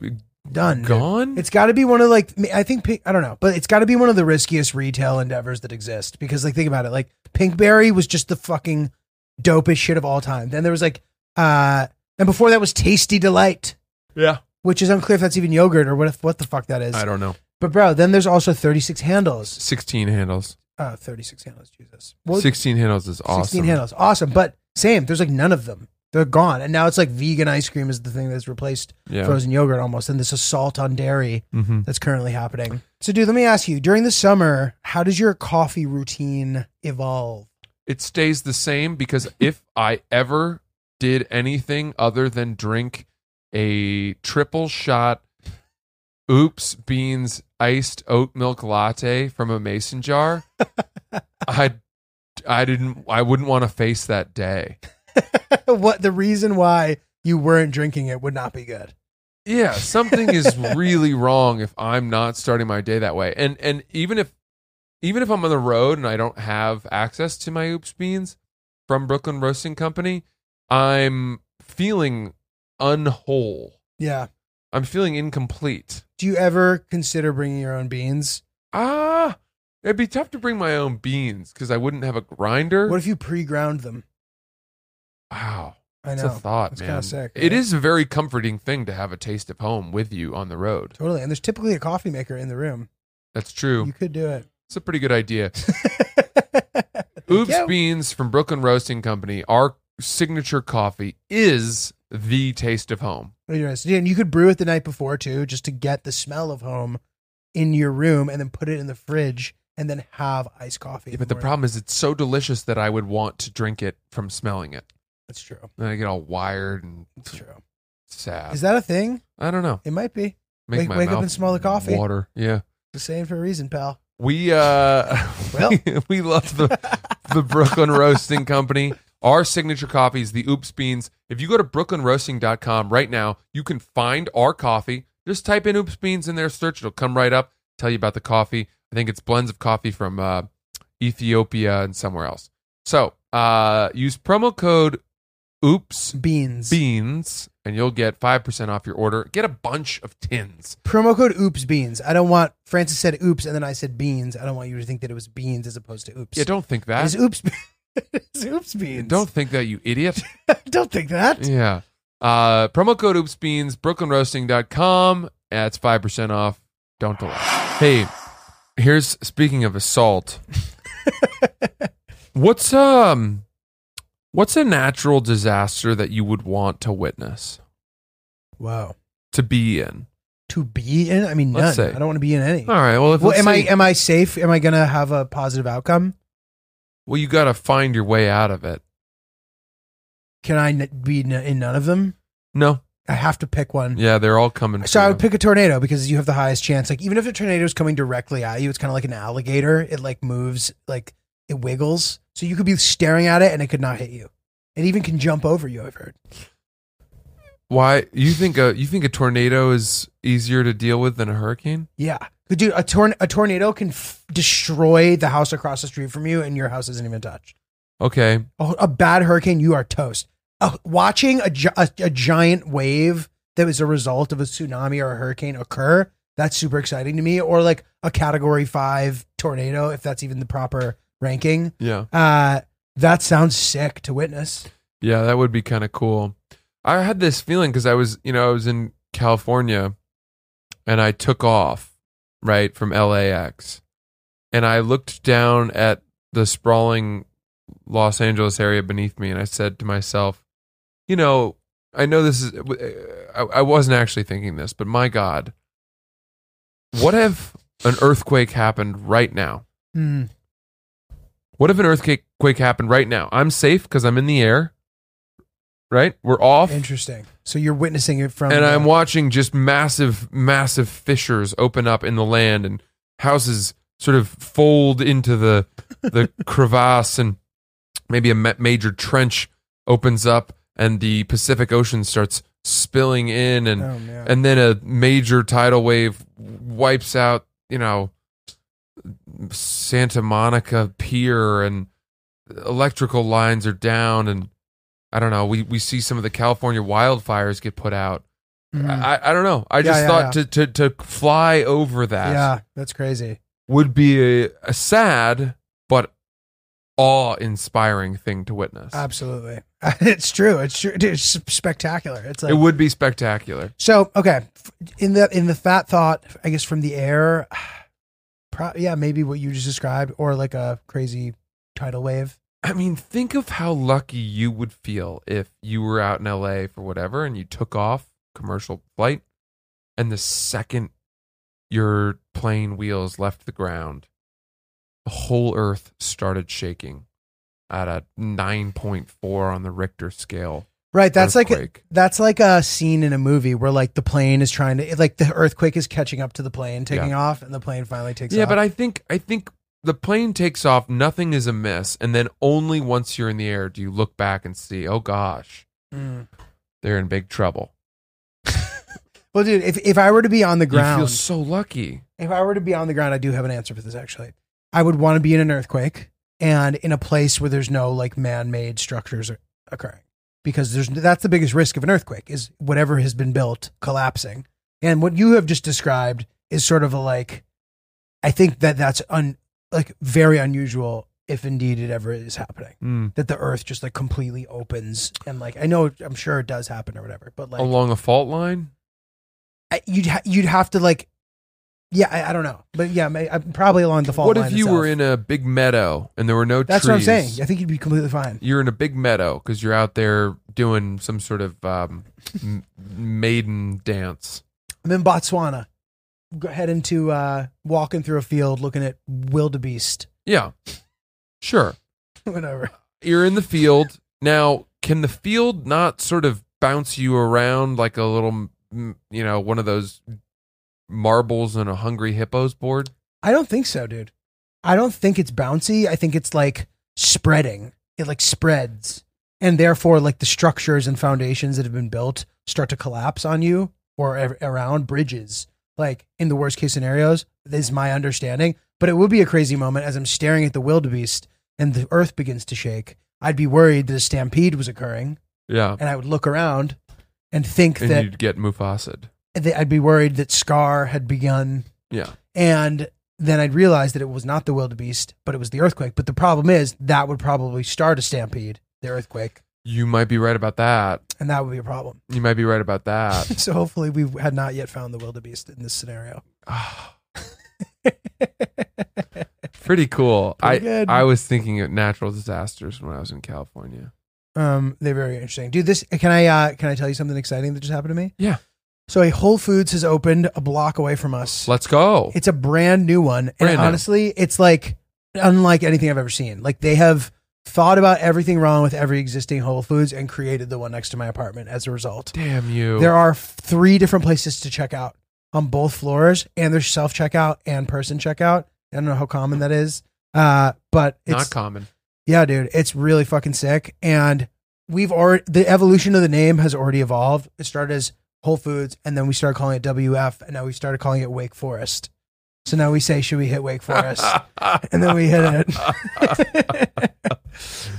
Speaker 1: Done. dude.
Speaker 2: gone.
Speaker 1: It's got to be one of like I think Pink- I don't know, but it's got to be one of the riskiest retail endeavors that exist because like think about it, like Pinkberry was just the fucking dopest shit of all time. Then there was like uh and before that was Tasty Delight,
Speaker 2: yeah.
Speaker 1: which is unclear if that's even yogurt or what if what the fuck that is.
Speaker 2: I don't know.
Speaker 1: But bro, then there's also 36 handles.
Speaker 2: Sixteen handles.
Speaker 1: Oh, 36 handles, Jesus. Well,
Speaker 2: Sixteen handles is awesome.
Speaker 1: 16 handles. Awesome, but same, there's like none of them. They're gone. And now it's like vegan ice cream is the thing that's replaced
Speaker 2: Yeah.
Speaker 1: frozen yogurt almost and this assault on dairy
Speaker 2: Mhm.
Speaker 1: that's currently happening. So, dude, let me ask you during the summer, how does your coffee routine evolve?
Speaker 2: It stays the same because if I ever did anything other than drink a triple shot oops beans iced oat milk latte from a mason jar I I didn't I wouldn't want to face that day.
Speaker 1: what the reason why you weren't drinking it would not be good.
Speaker 2: Yeah, something is really wrong if I'm not starting my day that way. And and even if even if I'm on the road and I don't have access to my oops beans from Brooklyn Roasting Company, I'm feeling unwhole.
Speaker 1: Yeah.
Speaker 2: I'm feeling incomplete.
Speaker 1: Do you ever consider bringing your own beans?
Speaker 2: Ah, it'd be tough to bring my own beans because I wouldn't have a grinder.
Speaker 1: What if you pre-ground them?
Speaker 2: wow,
Speaker 1: I
Speaker 2: that's
Speaker 1: know.
Speaker 2: a thought,
Speaker 1: That's
Speaker 2: man.
Speaker 1: kinda sick,
Speaker 2: It
Speaker 1: yeah.
Speaker 2: is a very comforting thing to have a taste of home with you on the road.
Speaker 1: Totally. And there's typically a coffee maker in the room.
Speaker 2: That's true.
Speaker 1: You could do it.
Speaker 2: It's a pretty good idea.
Speaker 1: Thank
Speaker 2: Oops
Speaker 1: you.
Speaker 2: Beans from Brooklyn Roasting Company, our signature coffee is the taste of home.
Speaker 1: Very nice. Yeah, And you could brew it the night before too, just to get the smell of home in your room and then put it in the fridge and then have iced coffee. in
Speaker 2: but the
Speaker 1: morning.
Speaker 2: problem is, it's so delicious that I would want to drink it from smelling it.
Speaker 1: That's true.
Speaker 2: Then I get all wired and
Speaker 1: That's true.
Speaker 2: sad.
Speaker 1: Is that a thing?
Speaker 2: I don't know.
Speaker 1: It might be.
Speaker 2: Make
Speaker 1: Wake-
Speaker 2: my
Speaker 1: wake up
Speaker 2: mouth
Speaker 1: and smell the coffee.
Speaker 2: Water. Yeah.
Speaker 1: Just saying for a reason, pal.
Speaker 2: We uh
Speaker 1: Well.
Speaker 2: we love the the Brooklyn Roasting Company. Our signature coffee is the Oops Beans. If you go to brooklynroasting.com right now, you can find our coffee. Just type in Oops Beans in there, search. It'll come right up, tell you about the coffee. I think it's blends of coffee from uh, Ethiopia and somewhere else. So uh, use promo code Oops
Speaker 1: Beans.
Speaker 2: Beans and you'll get 5% off your order. Get a bunch of tins.
Speaker 1: Promo code oops beans. I don't want Francis said oops and then I said beans. I don't want you to think that it was beans as opposed to oops.
Speaker 2: Yeah, don't think
Speaker 1: It
Speaker 2: that.
Speaker 1: is oops. it's oops beans.
Speaker 2: Don't think that, you idiot.
Speaker 1: don't think that.
Speaker 2: Yeah. Uh, promo code oopsbeans, brooklynroasting.com. That's 5% off. Don't delay. Hey, here's speaking of assault. what's um what's a natural disaster that you would want to witness
Speaker 1: Wow.
Speaker 2: to be in?
Speaker 1: To be in? I mean, none.
Speaker 2: Let's say.
Speaker 1: I don't want to be in any.
Speaker 2: All right. Well, if
Speaker 1: Well,
Speaker 2: let's
Speaker 1: am I
Speaker 2: say-
Speaker 1: am I safe? Am I gonna have a positive outcome?
Speaker 2: well, you got to find your way out of it.
Speaker 1: Can I n- be n- in none of them?
Speaker 2: No.
Speaker 1: I have to pick one.
Speaker 2: Yeah, they're all coming.
Speaker 1: So
Speaker 2: for
Speaker 1: I would
Speaker 2: you.
Speaker 1: pick a tornado because you have the highest chance. Like even if a tornado is coming directly at you, it's kind of like an alligator. It like moves, like it wiggles. So you could be staring at it and it could not hit you. It even can jump over you. I've heard.
Speaker 2: Why you think a you think a tornado is easier to deal with than a hurricane?
Speaker 1: Yeah, but dude, a torn a tornado can f- destroy the house across the street from you, and your house isn't even touched.
Speaker 2: Okay.
Speaker 1: a, a bad hurricane, you are toast. Uh, watching a, gi- a, a giant wave that was a result of a tsunami or a hurricane occur, that's super exciting to me. Or like a category five tornado, if that's even the proper ranking.
Speaker 2: Yeah.
Speaker 1: Uh, that sounds sick to witness.
Speaker 2: Yeah, that would be kind of cool. I had this feeling because I was, you know, I was in California and I took off, right, from LAX. And I looked down at the sprawling Los Angeles area beneath me and I said to myself, you know, I know this is, I, I wasn't actually thinking this, but my God, what if an earthquake happened right now?
Speaker 1: Hmm.
Speaker 2: What if an earthquake quake happened right now? I'm safe because I'm in the air, right? We're off, and
Speaker 1: interesting. So you're witnessing it from. Oh,
Speaker 2: I'm watching just massive, massive fissures open up in the land, and houses sort of fold into the the crevasse, and maybe a ma- major trench opens up, and the Pacific Ocean starts spilling in, and
Speaker 1: Oh, man.
Speaker 2: and then a major tidal wave wipes out you know santa monica pier and electrical lines are down and i don't know we, we see some of the california wildfires get put out
Speaker 1: Mhm.
Speaker 2: I, I don't know i
Speaker 1: Yeah,
Speaker 2: just
Speaker 1: yeah,
Speaker 2: thought To, to, to fly over that
Speaker 1: yeah, that's crazy.
Speaker 2: would be a, a sad but awe-inspiring thing to witness
Speaker 1: Absolutely, it's true. It's true. Dude, it's spectacular. It's like
Speaker 2: it would be spectacular
Speaker 1: So okay, f- in the in the fat thought, I guess from the air, pro- yeah, maybe what you just described, or like a crazy tidal wave.
Speaker 2: I mean, think of how lucky you would feel if you were out in LA for whatever and you took off commercial flight and the second your plane wheels left the ground, the whole earth started shaking at a 9.4 on the Richter scale.
Speaker 1: Right, that's like
Speaker 2: earthquake.
Speaker 1: that's like a scene in a movie where like the plane is trying to like the earthquake is catching up to the plane taking off, and the plane finally takes
Speaker 2: Yeah,
Speaker 1: off.
Speaker 2: but I think I think the plane takes off, nothing is amiss, and then only once you're in the air do you look back and see, oh gosh,
Speaker 1: Hmm.
Speaker 2: they're in big trouble.
Speaker 1: Well, dude, if, if I were to be on the
Speaker 2: You feel
Speaker 1: ground,
Speaker 2: so lucky.
Speaker 1: if I were to be on the ground, I do have an answer for this actually. I would want to be in an earthquake and in a place where there's no like man-made structures are- occurring because there's that's the biggest risk of an earthquake is whatever has been built collapsing. And what you have just described is sort of a like I think that that's un like very unusual if indeed it ever is happening.
Speaker 2: Mm.
Speaker 1: That the earth just like completely opens and like I know I'm sure it does happen or whatever, but like
Speaker 2: Along a fault line?
Speaker 1: I- you'd ha- you'd have to like, yeah, I, I don't know, but yeah, may- I'm probably along the fault
Speaker 2: what
Speaker 1: line.
Speaker 2: if you
Speaker 1: itself.
Speaker 2: were in a big meadow and there were no
Speaker 1: That's
Speaker 2: trees?
Speaker 1: what I'm saying. I think you'd be completely fine.
Speaker 2: You're in a big meadow because you're out there doing some sort of um, m- maiden dance.
Speaker 1: I'm in Botswana, Go heading to uh, walking through a field, looking at wildebeest,
Speaker 2: Yeah, sure.
Speaker 1: whatever.
Speaker 2: You're in the field. Now, can the field not sort of bounce you around like a little, mm, you know, one of those marbles on a hungry hippo's board?
Speaker 1: I don't think so, dude. I don't think it's bouncy. I think it's like spreading. It like spreads, and therefore, like the structures and foundations that have been built start to collapse on you or a- around bridges. Like in the worst case scenarios, is my understanding. But it would be a crazy moment as I'm staring at the wildebeest and the earth begins to shake. I'd be worried that a stampede was occurring,
Speaker 2: Yeah.
Speaker 1: and I would look around and think
Speaker 2: And
Speaker 1: that
Speaker 2: you'd get Mufasa'd.
Speaker 1: that I'd be worried that Scar had begun.
Speaker 2: Yeah.
Speaker 1: And then I'd realize that it was not the wildebeest, but it was the earthquake. But the problem is that would probably start a stampede, the earthquake,
Speaker 2: You might be right about that.
Speaker 1: and that would be a problem.
Speaker 2: You might be right about that.
Speaker 1: So hopefully we had not yet found the wildebeest in this scenario.
Speaker 2: Ah. Pretty cool. I
Speaker 1: Pretty good.
Speaker 2: I was thinking of natural disasters when I was in California.
Speaker 1: Um, they're very interesting. Dude, this can I uh, can I tell you something exciting that just happened to me?
Speaker 2: Yeah.
Speaker 1: So a Whole Foods has opened a block away from us.
Speaker 2: Let's go.
Speaker 1: It's a brand new one.
Speaker 2: Brand
Speaker 1: and
Speaker 2: new.
Speaker 1: honestly, it's like unlike anything I've ever seen. Like they have thought about everything wrong with every existing Whole Foods and created the one next to my apartment as a result.
Speaker 2: Damn you.
Speaker 1: There are f- three different places to check out on both floors, and there's self checkout and person checkout. I don't know how common that is. Uh, but it's
Speaker 2: Not common.
Speaker 1: yeah, dude, it's really fucking sick. And we've already the evolution of the name has already evolved. It started as Whole Foods, and then we started calling it WF, and now we started calling it Wake Forest. So now we say, should we hit Wake Forest? and then we hit it.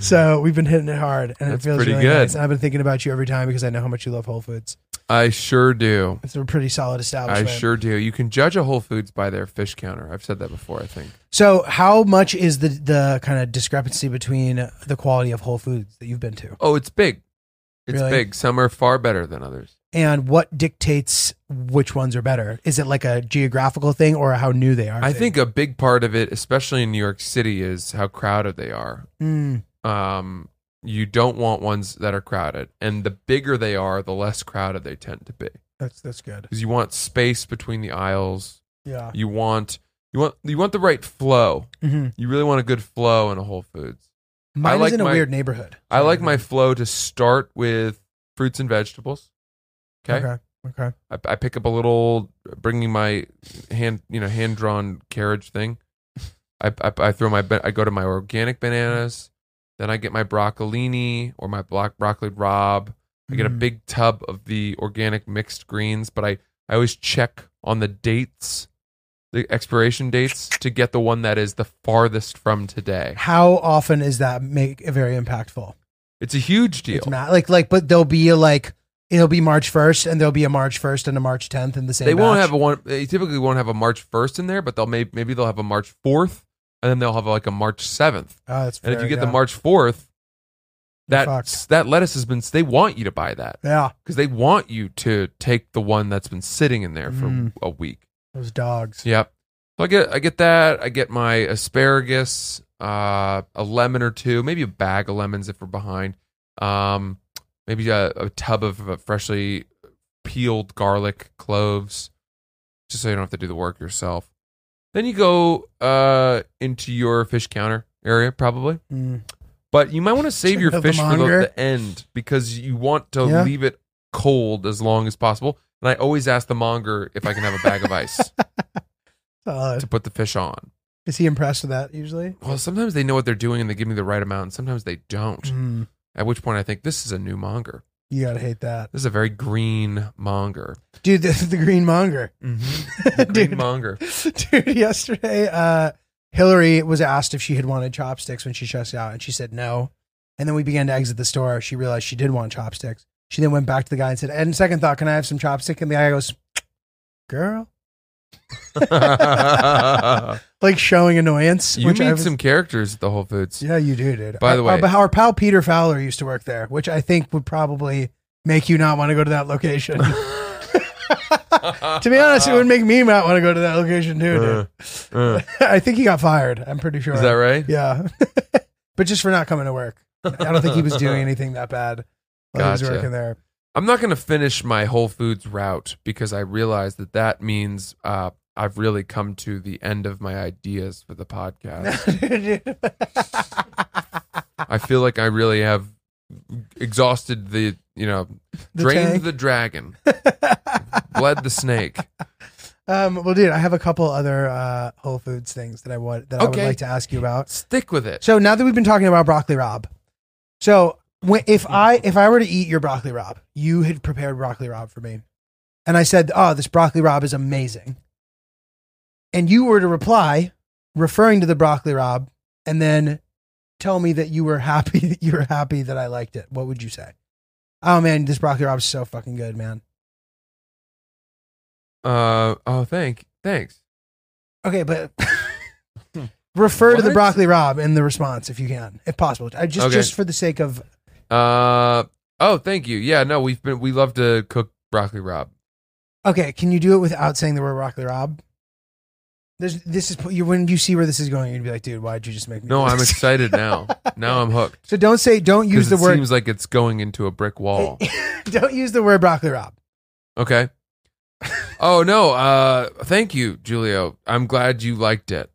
Speaker 1: so we've been hitting it hard, and
Speaker 2: That's
Speaker 1: it feels
Speaker 2: pretty
Speaker 1: really
Speaker 2: good.
Speaker 1: nice. And I've been thinking about you every time because I know how much you love Whole Foods.
Speaker 2: I sure do.
Speaker 1: It's a pretty solid
Speaker 2: I
Speaker 1: establishment.
Speaker 2: sure do. You can judge a Whole Foods by their fish counter. I've said that before, I think.
Speaker 1: So, how much is the the kind of discrepancy between the quality of Whole Foods that you've been to?
Speaker 2: Oh, it's big. It's
Speaker 1: Really?
Speaker 2: big. Some are far better than others.
Speaker 1: and what dictates which ones are better? Is it like a geographical thing or how new they are?
Speaker 2: I
Speaker 1: thing?
Speaker 2: think a big part of it, especially in New York City, is how crowded they are.
Speaker 1: Mm,
Speaker 2: um, you don't want ones that are crowded. And the bigger they are, the less crowded they tend to be.
Speaker 1: that's that's good.
Speaker 2: Because you want space between the aisles.
Speaker 1: Yeah.
Speaker 2: You want you want you want the right flow.
Speaker 1: Mm-hmm.
Speaker 2: You really want a good flow in a Whole Foods.
Speaker 1: Mine is
Speaker 2: like
Speaker 1: in a
Speaker 2: my-
Speaker 1: weird neighborhood.
Speaker 2: I like my flow to start with fruits and vegetables. Okay.
Speaker 1: Okay. Okay.
Speaker 2: I, I pick up a little, bringing my hand, you know, hand drawn carriage thing. I, I I throw my ba- I go to my organic bananas, then I get my broccolini or my block broccoli rob. I get a
Speaker 1: Mm.
Speaker 2: big tub of the organic mixed greens, but I I always check on the dates, the expiration dates, to get the one that is the farthest from today.
Speaker 1: How often is that make very impactful?
Speaker 2: It's a huge deal.
Speaker 1: It's ma- like like, but there'll be a like it'll be March first, and there'll be a March first and a March tenth in the same.
Speaker 2: They won't
Speaker 1: batch.
Speaker 2: have a one. They typically won't have a March first in there, but they'll maybe maybe they'll have a March fourth, and then they'll have like a March seventh.
Speaker 1: Oh, that's
Speaker 2: And if
Speaker 1: fair,
Speaker 2: you get
Speaker 1: yeah.
Speaker 2: the March 4th,
Speaker 1: You're
Speaker 2: that
Speaker 1: fucked.
Speaker 2: that lettuce has been they want you to buy that
Speaker 1: yeah,
Speaker 2: because they want you to take the one that's been sitting in there for
Speaker 1: Hmm.
Speaker 3: Mm.
Speaker 2: a week.
Speaker 1: those dogs.
Speaker 2: Yep. So I get I get that. I get my asparagus, uh, a lemon or two, maybe a bag of lemons if we're behind. Um, maybe a, a tub of uh, freshly peeled garlic cloves, just so you don't have to do the work yourself. Then you go uh, into your fish counter area, probably.
Speaker 1: Mm.
Speaker 2: But you might want to save your
Speaker 1: Of the
Speaker 2: fish for the,
Speaker 1: monger.
Speaker 2: the end because you want to
Speaker 1: Yeah.
Speaker 2: leave it cold as long as possible. And I always ask the monger if I can have a bag of ice
Speaker 1: Solid.
Speaker 2: to put the fish on.
Speaker 1: Uh, Is he impressed with that usually?
Speaker 2: Well, sometimes they know what they're doing and they give me the right amount, and sometimes they don't.
Speaker 1: Mm,
Speaker 2: At which point, I think this is a new monger.
Speaker 1: you gotta hate that,
Speaker 2: This is a very green monger.
Speaker 1: dude. The, the green monger,
Speaker 2: The green
Speaker 1: Mm-hmm. dude.
Speaker 2: monger.
Speaker 1: dude. Yesterday, uh, Hillary was asked if she had wanted chopsticks when she checked out, and she said no. And then we began to exit the store. She realized she did want chopsticks. She then went back to the guy and said, "And second thought, can I have some chopstick?" And the guy goes, "Girl." like showing annoyance.
Speaker 2: you
Speaker 1: which I
Speaker 2: meet
Speaker 1: was-
Speaker 2: some characters at the Whole Foods.
Speaker 1: Yeah, you do, dude.
Speaker 2: By the
Speaker 1: Our-
Speaker 2: way-
Speaker 1: our, our pal Peter Fowler used to work there, which I think would probably make you not want to go to that location. to be honest, it would make me not want to go to that location too, dude.
Speaker 2: Uh,
Speaker 1: I think he got fired. I'm pretty sure.
Speaker 2: Is that right?
Speaker 1: Yeah, but just for not coming to work. I don't think he was doing anything that bad while he was
Speaker 2: Gotcha.
Speaker 1: working there.
Speaker 2: I'm not going to finish my Whole Foods route because I realize that that means uh, I've really come to the end of my ideas for the podcast. I feel like I really have exhausted the, you know,
Speaker 1: The
Speaker 2: drained
Speaker 1: tank.
Speaker 2: the dragon, bled the snake.
Speaker 1: um, well, dude, I have a couple other uh, Whole Foods things that I want that I would
Speaker 2: Okay.
Speaker 1: like to ask you about.
Speaker 2: Stick with it.
Speaker 1: So now that we've been talking about broccoli rob, so when, if I if I were to eat your broccoli rob, you had prepared broccoli rob for me, and I said, "Oh, this broccoli rob is amazing," and you were to reply, referring to the broccoli rob, and then tell me that you were happy that you were happy that I liked it. What would you say? Oh man, this broccoli rob is so fucking good, man.
Speaker 2: Uh, oh, thank, thanks.
Speaker 1: Okay, but refer to the
Speaker 2: Hmm. What?
Speaker 1: broccoli rob in the response if you can, if possible. I just
Speaker 2: Okay.
Speaker 1: just for the sake of
Speaker 2: Uh, oh, thank you. Yeah, no, we've been, we love to cook broccoli rob.
Speaker 1: Okay, can you do it without saying the word Broccoli Rob? There's, this is you when you see where this is going, you'd be like, dude, why'd you just make me?
Speaker 2: No,
Speaker 1: do
Speaker 2: I'm
Speaker 1: this?"
Speaker 2: excited now. Now I'm hooked.
Speaker 1: so don't say, don't
Speaker 2: 'Cause
Speaker 1: use the
Speaker 2: it
Speaker 1: word,
Speaker 2: seems like it's going into a brick wall.
Speaker 1: don't use the word Broccoli Rob.
Speaker 2: Okay. Oh no. Uh, thank you, Julio. I'm glad you liked it.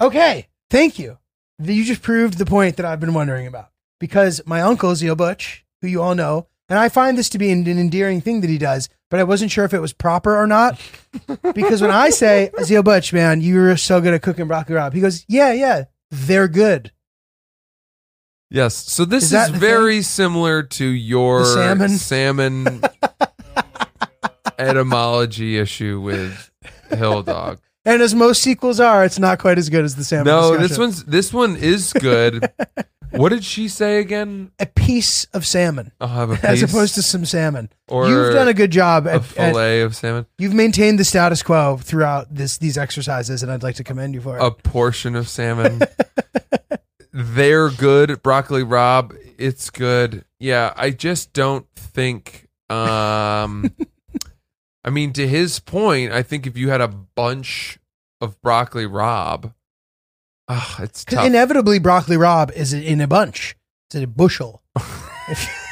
Speaker 1: Okay, thank you. You just proved the point that I've been wondering about because my uncle Zio Butch, who you all know, and I find this to be an, an endearing thing that he does, but I wasn't sure if it was proper or not because when I say Zio Butch, man, you're so good at cooking Broccoli Rob, he goes, yeah, yeah, they're good.
Speaker 2: Yes. So this
Speaker 1: Is
Speaker 2: is,
Speaker 1: that the
Speaker 2: very similar to your
Speaker 1: The salmon?
Speaker 2: salmon etymology issue with Hill Dog.
Speaker 1: And as most sequels are, it's not quite as good as the salmon.
Speaker 2: No,
Speaker 1: discussion.
Speaker 2: this one's this one is good. what did she say again?
Speaker 1: a piece of salmon
Speaker 2: I'll have a piece
Speaker 1: as opposed to some salmon.
Speaker 2: or
Speaker 1: you've done a good job
Speaker 2: a
Speaker 1: at, at-
Speaker 2: fillet of salmon,
Speaker 1: you've maintained the status quo throughout this these exercises, and I'd like to commend you for it.
Speaker 2: a portion of salmon. They're good. Broccoli Rob, it's good. Yeah, I just don't think um I mean to his point, I think if you had a bunch of broccoli Rob, ah, it's
Speaker 1: 'Cause
Speaker 2: tough.
Speaker 1: inevitably, broccoli rob is in a bunch. It's in a bushel If-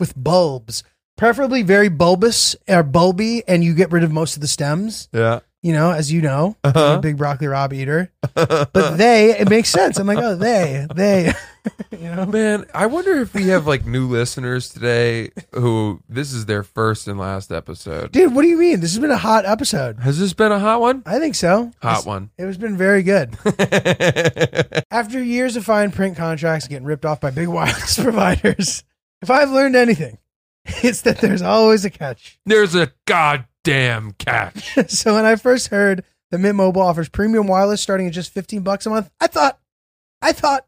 Speaker 1: with bulbs, preferably very bulbous or bulby, and you get rid of most of the stems.
Speaker 2: yeah.
Speaker 1: You know, as you know,
Speaker 2: Uh-huh.
Speaker 1: I'm a big broccoli rob eater. But
Speaker 2: but
Speaker 1: they, it makes sense. I'm like, oh, they, they, you know.
Speaker 2: man, I wonder if we have like new listeners today who this is their first and last episode.
Speaker 1: Dude, what do you mean? This has been a hot episode.
Speaker 2: Has this been a hot one?
Speaker 1: I think so.
Speaker 2: Hot one.
Speaker 1: It has been very good. After years of fine print contracts getting ripped off by big wireless providers, if I've learned anything, it's that there's always a catch.
Speaker 2: There's a goddamn catch.
Speaker 1: So when I first heard that Mint Mobile offers premium wireless starting at just 15 bucks a month, I thought, I thought,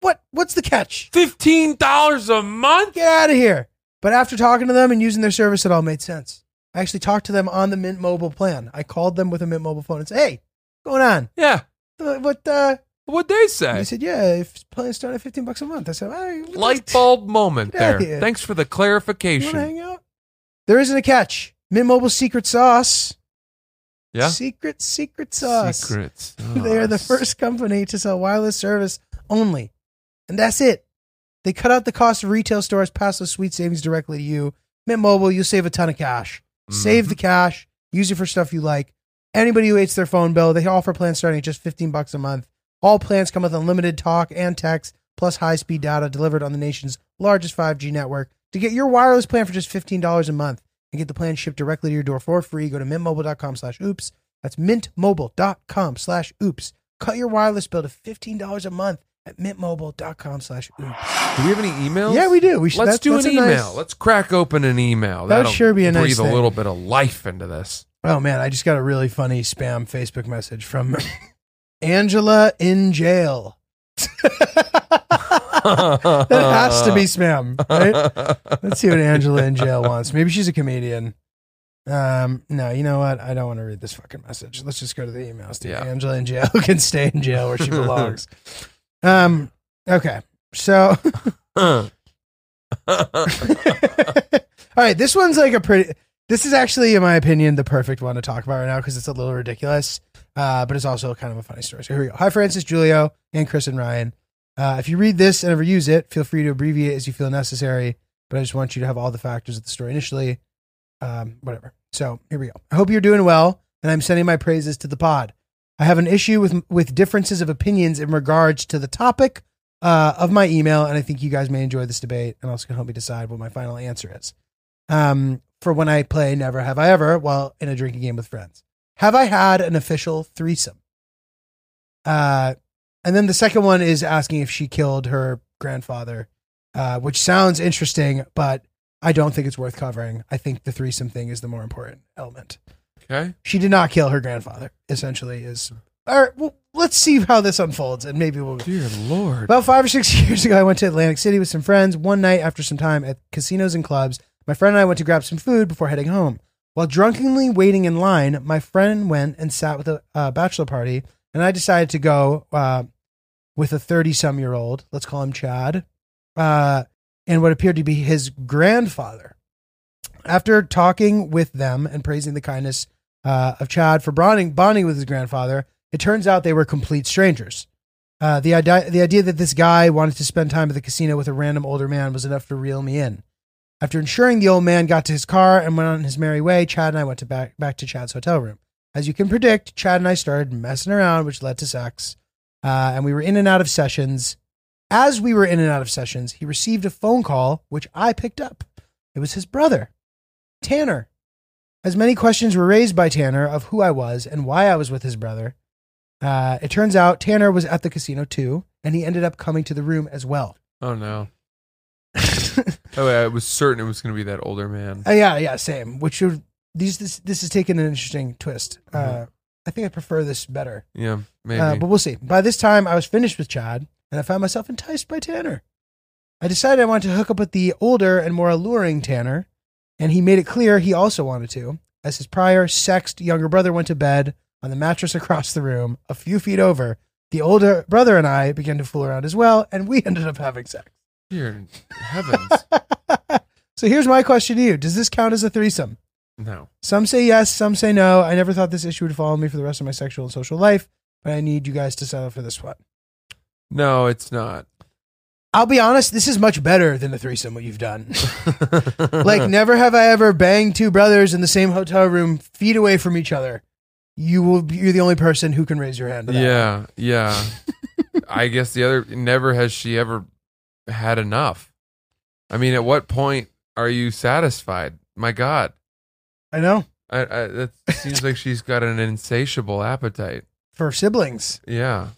Speaker 1: what what's the catch?
Speaker 2: Fifteen dollars a month?
Speaker 1: Get out of here. But after talking to them and using their service, it all made sense. I actually talked to them on the Mint Mobile plan. I called them with a Mint Mobile phone and said, hey, what's going on?
Speaker 2: Yeah.
Speaker 1: Uh, What uh
Speaker 2: What'd they
Speaker 1: They
Speaker 2: say?
Speaker 1: said, "Yeah, if plans start at fifteen bucks a month." I said, "All right,
Speaker 2: Light bulb moment
Speaker 1: Get outta
Speaker 2: there.
Speaker 1: here.
Speaker 2: Thanks for the
Speaker 1: You want to
Speaker 2: clarification.
Speaker 1: hang out?" There isn't a catch. Mint Mobile's secret sauce.
Speaker 2: Yeah.
Speaker 1: secret secret sauce.
Speaker 2: Secrets.
Speaker 1: They are the first company to sell wireless service only, and that's it. They cut out the cost of retail stores, pass those sweet savings directly to you. Mint Mobile, you'll save a ton of cash. Save the cash. Use it for stuff you like. Anybody who hates their phone bill, they offer plans starting at just 15 bucks a month. All plans come with unlimited talk and text, plus high-speed data delivered on the nation's largest 5G network. To get your wireless plan for just $15 a month and get the plan shipped directly to your door for free, go to mintmobile.com slash oops. That's mintmobile.com slash oops. Cut your wireless bill to fifteen dollars a month at mintmobile.com slash oops.
Speaker 2: Do we have any emails?
Speaker 1: Yeah, we do. We should
Speaker 2: Let's
Speaker 1: that's-
Speaker 2: do
Speaker 1: that's
Speaker 2: an
Speaker 1: a
Speaker 2: email.
Speaker 1: nice-
Speaker 2: Let's crack open an email.
Speaker 1: That would
Speaker 2: That'll
Speaker 1: sure be a nice
Speaker 2: breathe
Speaker 1: thing.
Speaker 2: a little bit of life into this.
Speaker 1: Oh man, I just got a really funny spam Facebook message from Angela in jail. that
Speaker 2: that
Speaker 1: has to be spam, right? Let's see what Angela in jail wants. Maybe she's a comedian. Um, no, you know what? I don't want to read this fucking message. Let's just go to the emails. Dude.
Speaker 2: Yeah.
Speaker 1: Angela in jail can stay in jail where she belongs. um, okay. So, all right, this one's like a pretty. This is actually, in my opinion, the perfect one to talk about right now because it's a little ridiculous, uh, but it's also kind of a funny story. So here we go. Hi, Francis, Julio, and Chris and Ryan. Uh, if you read this and ever use it, feel free to abbreviate as you feel necessary. But I just want you to have all the factors of the story initially. Um, whatever. So here we go. I hope you're doing well, and I'm sending my praises to the pod. I have an issue with with differences of opinions in regards to the topic uh, of my email, and I think you guys may enjoy this debate and also can help me decide what my final answer is. Um, for when I play Never Have I Ever while in a drinking game with friends. Have I had an official threesome? Uh, and then the second one is asking if she killed her grandfather, uh, which sounds interesting, but I don't think it's worth covering. I think the threesome thing is the more important element.
Speaker 2: okay.
Speaker 1: She did not kill her grandfather, essentially, is. All right, well, let's see how this unfolds, and maybe we'll
Speaker 2: Dear Lord.
Speaker 1: about five or six years ago, I went to Atlantic City with some friends one night after some time at casinos and clubs. My friend and I went to grab some food before heading home. While drunkenly waiting in line, my friend went and sat with a uh, bachelor party, and I decided to go uh, with a 30 some year old, let's call him Chad, uh, and what appeared to be his grandfather. After talking with them and praising the kindness uh, of Chad for bonding, bonding with his grandfather, it turns out they were complete strangers. Uh, the idea the idea that this guy wanted to spend time at the casino with a random older man was enough to reel me in. After ensuring the old man got to his car and went on his merry way, Chad and I went to back back to Chad's hotel room. As you can predict, Chad and I started messing around, which led to sex, uh, and we were in and out of sessions. As we were in and out of sessions, he received a phone call, which I picked up. It was his brother, Tanner. As many questions were raised by Tanner of who I was and why I was with his brother, uh, it turns out Tanner was at the casino too, and he ended up coming to the room as well.
Speaker 2: Oh no.
Speaker 1: Uh,
Speaker 2: Oh, yeah, I was certain it was going to be that older man.
Speaker 1: yeah, yeah, same. Which would these this this has taken an interesting twist. Uh,
Speaker 2: Mhm.
Speaker 1: I think I prefer this better,
Speaker 2: Yeah, maybe.
Speaker 1: uh, but we'll see. By this time, I was finished with Chad, and I found myself enticed by Tanner. I decided I wanted to hook up with the older and more alluring Tanner, and he made it clear he also wanted to, as his prior sexed younger brother went to bed on the mattress across the room, a few feet over. The older brother and I began to fool around as well, and we ended up having sex.
Speaker 2: Dear heavens.
Speaker 1: so here's my question to you Does this count as a threesome?
Speaker 2: no.
Speaker 1: Some say yes, some say no. I never thought this issue would follow me for the rest of my sexual and social life, but I need you guys to settle for this one.
Speaker 2: No, it's not.
Speaker 1: I'll be honest, this is much better than the threesome, what you've done. like, never have I ever banged two brothers in the same hotel room, feet away from each other. You will, you're the only person who can raise your hand. To that.
Speaker 2: Yeah, yeah. I guess the other never has she ever had enough. I mean, at what point are you satisfied? My God,
Speaker 1: I know.
Speaker 2: I, I, that seems like she's got an insatiable appetite.
Speaker 1: For siblings.
Speaker 2: Yeah,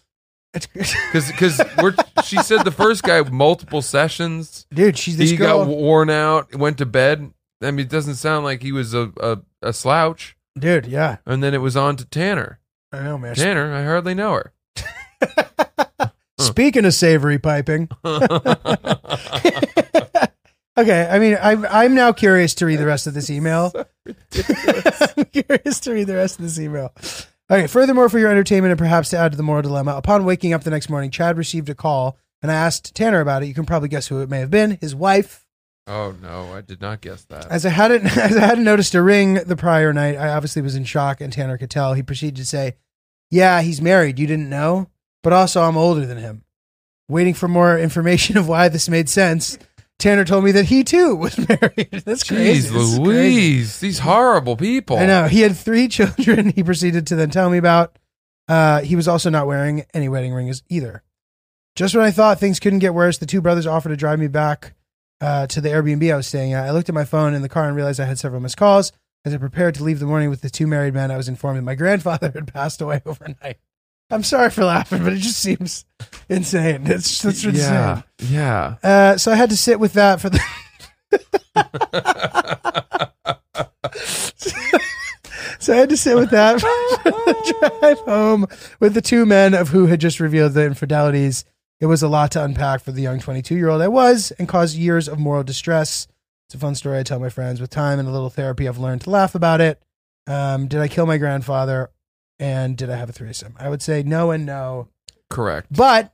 Speaker 1: It's,
Speaker 2: because we're she said the first guy multiple sessions.
Speaker 1: dude, she's this
Speaker 2: He
Speaker 1: girl.
Speaker 2: got worn out, went to bed. I mean, it doesn't sound like he was a, a, a slouch.
Speaker 1: dude, yeah.
Speaker 2: And then it was on to Tanner.
Speaker 1: I know, man.
Speaker 2: Tanner, I hardly know her.
Speaker 1: Speaking of savory piping. okay, I mean, I'm I'm now curious to read the rest of this email. I'm curious to read the rest of this email. All right. Furthermore, for your entertainment and perhaps to add to the moral dilemma, upon waking up the next morning, Chad received a call, and I asked Tanner about it. You can probably guess who it may have been: his wife.
Speaker 2: oh no, I did not guess that.
Speaker 1: As I hadn't as I hadn't noticed a ring the prior night, I obviously was in shock, and Tanner could tell. He proceeded to say, "Yeah, he's married. You didn't know, but also I'm older than him." Waiting for more information of why this made sense, Tanner told me that he too was married. That's crazy. This is
Speaker 2: Jeez
Speaker 1: crazy.
Speaker 2: Louise, these horrible people.
Speaker 1: I know. He had three children he proceeded to then tell me about. Uh, he was also not wearing any wedding rings either. Just when I thought things couldn't get worse, the two brothers offered to drive me back uh, to the Airbnb I was staying at. I looked at my phone in the car and realized I had several missed calls. As I prepared to leave the morning with the two married men, I was informed that my grandfather had passed away overnight. I'm sorry for laughing, but it just seems insane. It's that's
Speaker 2: yeah,
Speaker 1: insane.
Speaker 2: yeah.
Speaker 1: Uh, so I had to sit with that for the. so I had to sit with that for the drive home with the two men of who had just revealed the infidelities. It was a lot to unpack for the young 22 year old I was and caused years of moral distress. It's a fun story I tell my friends. With time and a little therapy, I've learned to laugh about it. Um, did I kill my grandfather? And did I have a threesome? I would say no and no.
Speaker 2: Correct.
Speaker 1: But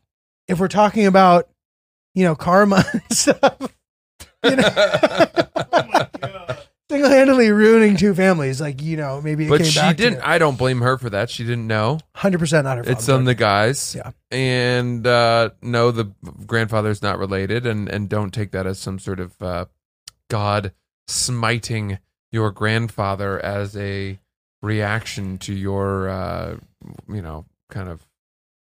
Speaker 1: if we're talking about, you know, karma and stuff, you know, single handedly ruining two families, like, you know, maybe it
Speaker 2: but
Speaker 1: came
Speaker 2: she
Speaker 1: back
Speaker 2: didn't.
Speaker 1: to
Speaker 2: I don't blame her for that. She didn't know.
Speaker 1: 100% not her fault.
Speaker 2: It's on the guys.
Speaker 1: Yeah.
Speaker 2: And uh, no, the grandfather's not related, and and don't take that as some sort of uh, God smiting your grandfather as a reaction to your uh, you know kind of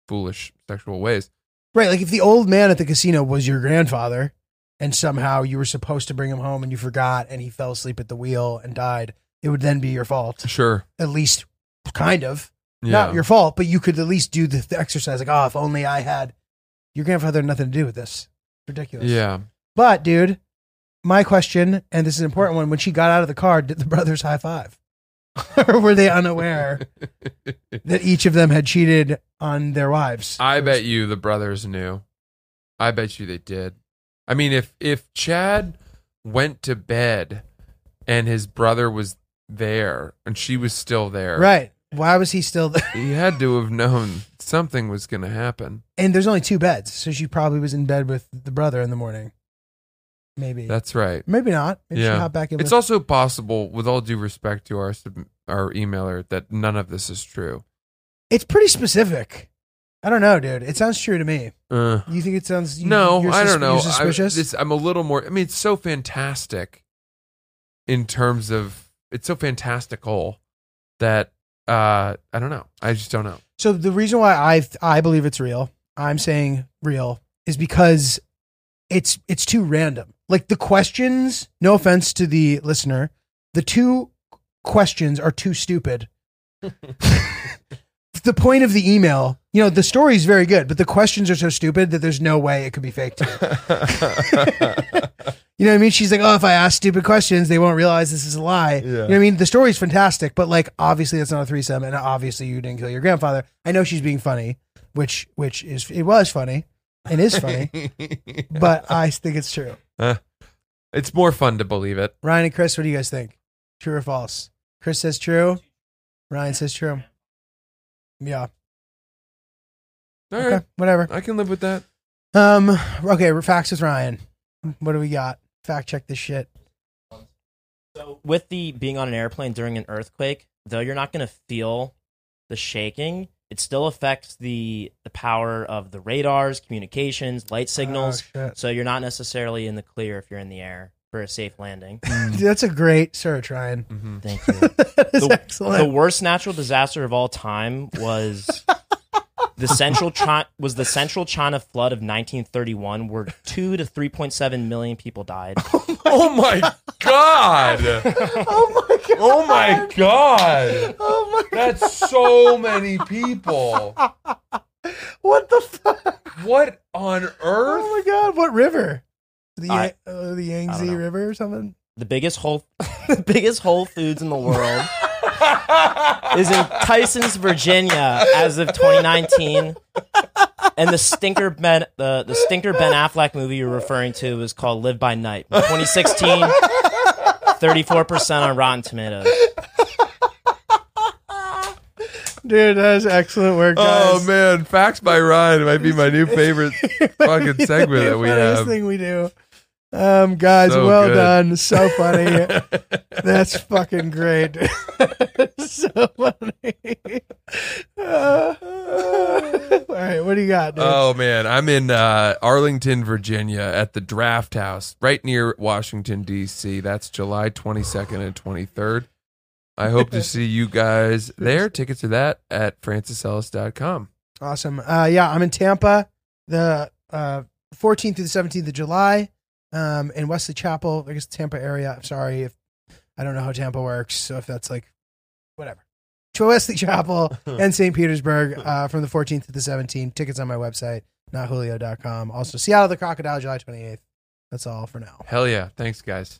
Speaker 2: foolish sexual ways.
Speaker 1: right. Like if the old man at the casino was your grandfather and somehow you were supposed to bring him home and you forgot and he fell asleep at the wheel and died, it would then be your fault.
Speaker 2: Sure.
Speaker 1: At least kind of.
Speaker 2: Yeah.
Speaker 1: Not your fault, but you could at least do the, the exercise like, oh, if only I had your grandfather had nothing to do with this. Ridiculous.
Speaker 2: yeah.
Speaker 1: But dude, my question, and this is an important one: when she got out of the car, did the brothers high five, or were they unaware that each of them had cheated on their wives?
Speaker 2: I bet you the brothers knew. I bet you they did. I mean, if if Chad went to bed and his brother was there and she was still there,
Speaker 1: Right? Why was he still there?
Speaker 2: He had to have known something was going to happen.
Speaker 1: And there's only two beds, so she probably was in bed with the brother in the morning. Maybe,
Speaker 2: That's right.
Speaker 1: maybe not. Maybe
Speaker 2: Yeah.
Speaker 1: she hopped back in.
Speaker 2: It's
Speaker 1: with-
Speaker 2: also possible, with all due respect to our sub- our emailer, that none of this is true.
Speaker 1: it's pretty specific. I don't know, dude. It sounds true to me.
Speaker 2: Uh,
Speaker 1: You think it sounds? You,
Speaker 2: no,
Speaker 1: you're
Speaker 2: I
Speaker 1: sus-
Speaker 2: don't know.
Speaker 1: You're suspicious.
Speaker 2: I, this, I'm a little more. I mean, it's so fantastic in terms of it's so fantastical that uh, I don't know. I just don't know.
Speaker 1: So the reason why I I believe it's real, I'm saying real, is because it's it's too random. Like the questions, no offense to the listener, the two questions are too stupid. the point of the email, you know, the story is very good, but the questions are so stupid that there's no way it could be faked. You know what I mean? She's like, oh, if I ask stupid questions, they won't realize this is a lie. You know what I mean? The story's fantastic, but like, obviously that's not a threesome, and obviously you didn't kill your grandfather. I know she's being funny, which which is it was funny and is funny, but I think it's true.
Speaker 2: it's more fun to believe it.
Speaker 1: Ryan and Chris, what do you guys think? True or false? Chris says true. Ryan says true. Yeah.
Speaker 2: All right,
Speaker 1: Okay. Whatever.
Speaker 2: I can live with that.
Speaker 1: Um. Okay. Facts with Ryan. What do we got? Fact check this shit.
Speaker 4: So with the being on an airplane during an earthquake, though you're not going to feel the shaking, it still affects the the power of the radars, communications, light signals.
Speaker 1: Oh, shit.
Speaker 4: So you're not necessarily in the clear if you're in the air for a safe landing.
Speaker 1: Dude, that's a great search, Ryan.
Speaker 2: Mm-hmm.
Speaker 4: Thank you.
Speaker 1: that is
Speaker 4: The-
Speaker 1: excellent.
Speaker 4: the worst natural disaster of all time was the central China, was the central China flood of 1931, where two to 3.7 million people died.
Speaker 2: Oh my god!
Speaker 1: oh my god.
Speaker 2: Oh my god!
Speaker 1: Oh my
Speaker 2: That's so many people.
Speaker 1: What the fuck?
Speaker 2: What on earth?
Speaker 1: Oh my god, what river? The
Speaker 4: I-
Speaker 1: Ya- uh, the
Speaker 4: I
Speaker 1: Yangtze
Speaker 4: don't know.
Speaker 1: River or something?
Speaker 4: The biggest whole, the biggest Whole Foods in the world is in Tyson's, Virginia, as of 2019. And the stinker Ben, the the stinker Ben Affleck movie you're referring to is called Live by Night, 2016. 34% on Rotten Tomatoes.
Speaker 1: Dude, that is excellent work, guys.
Speaker 2: Oh man, facts by Ryan might be my new favorite fucking segment that we
Speaker 1: Funniest
Speaker 2: have.
Speaker 1: thing we do. Um, guys,
Speaker 2: So
Speaker 1: well
Speaker 2: good.
Speaker 1: done. So funny. That's fucking great. so funny. Uh, all right, what do you got, dude?
Speaker 2: Oh man, I'm in uh, Arlington, Virginia, at the Draft House, right near Washington D.C. That's July 22nd and 23rd. I hope to see you guys there. Tickets to that at francisellis.com.
Speaker 1: Awesome. Uh, yeah, I'm in Tampa the uh, 14th through the 17th of July um, in Wesley Chapel, I guess Tampa area. I'm sorry if I don't know how Tampa works, so if that's like whatever. Wesley Chapel and St. Petersburg uh, from the 14th to the 17th. Tickets on my website, notjulio.com. Also, Seattle the Crocodile, July 28th. That's all for now.
Speaker 2: Hell yeah. Thanks, guys.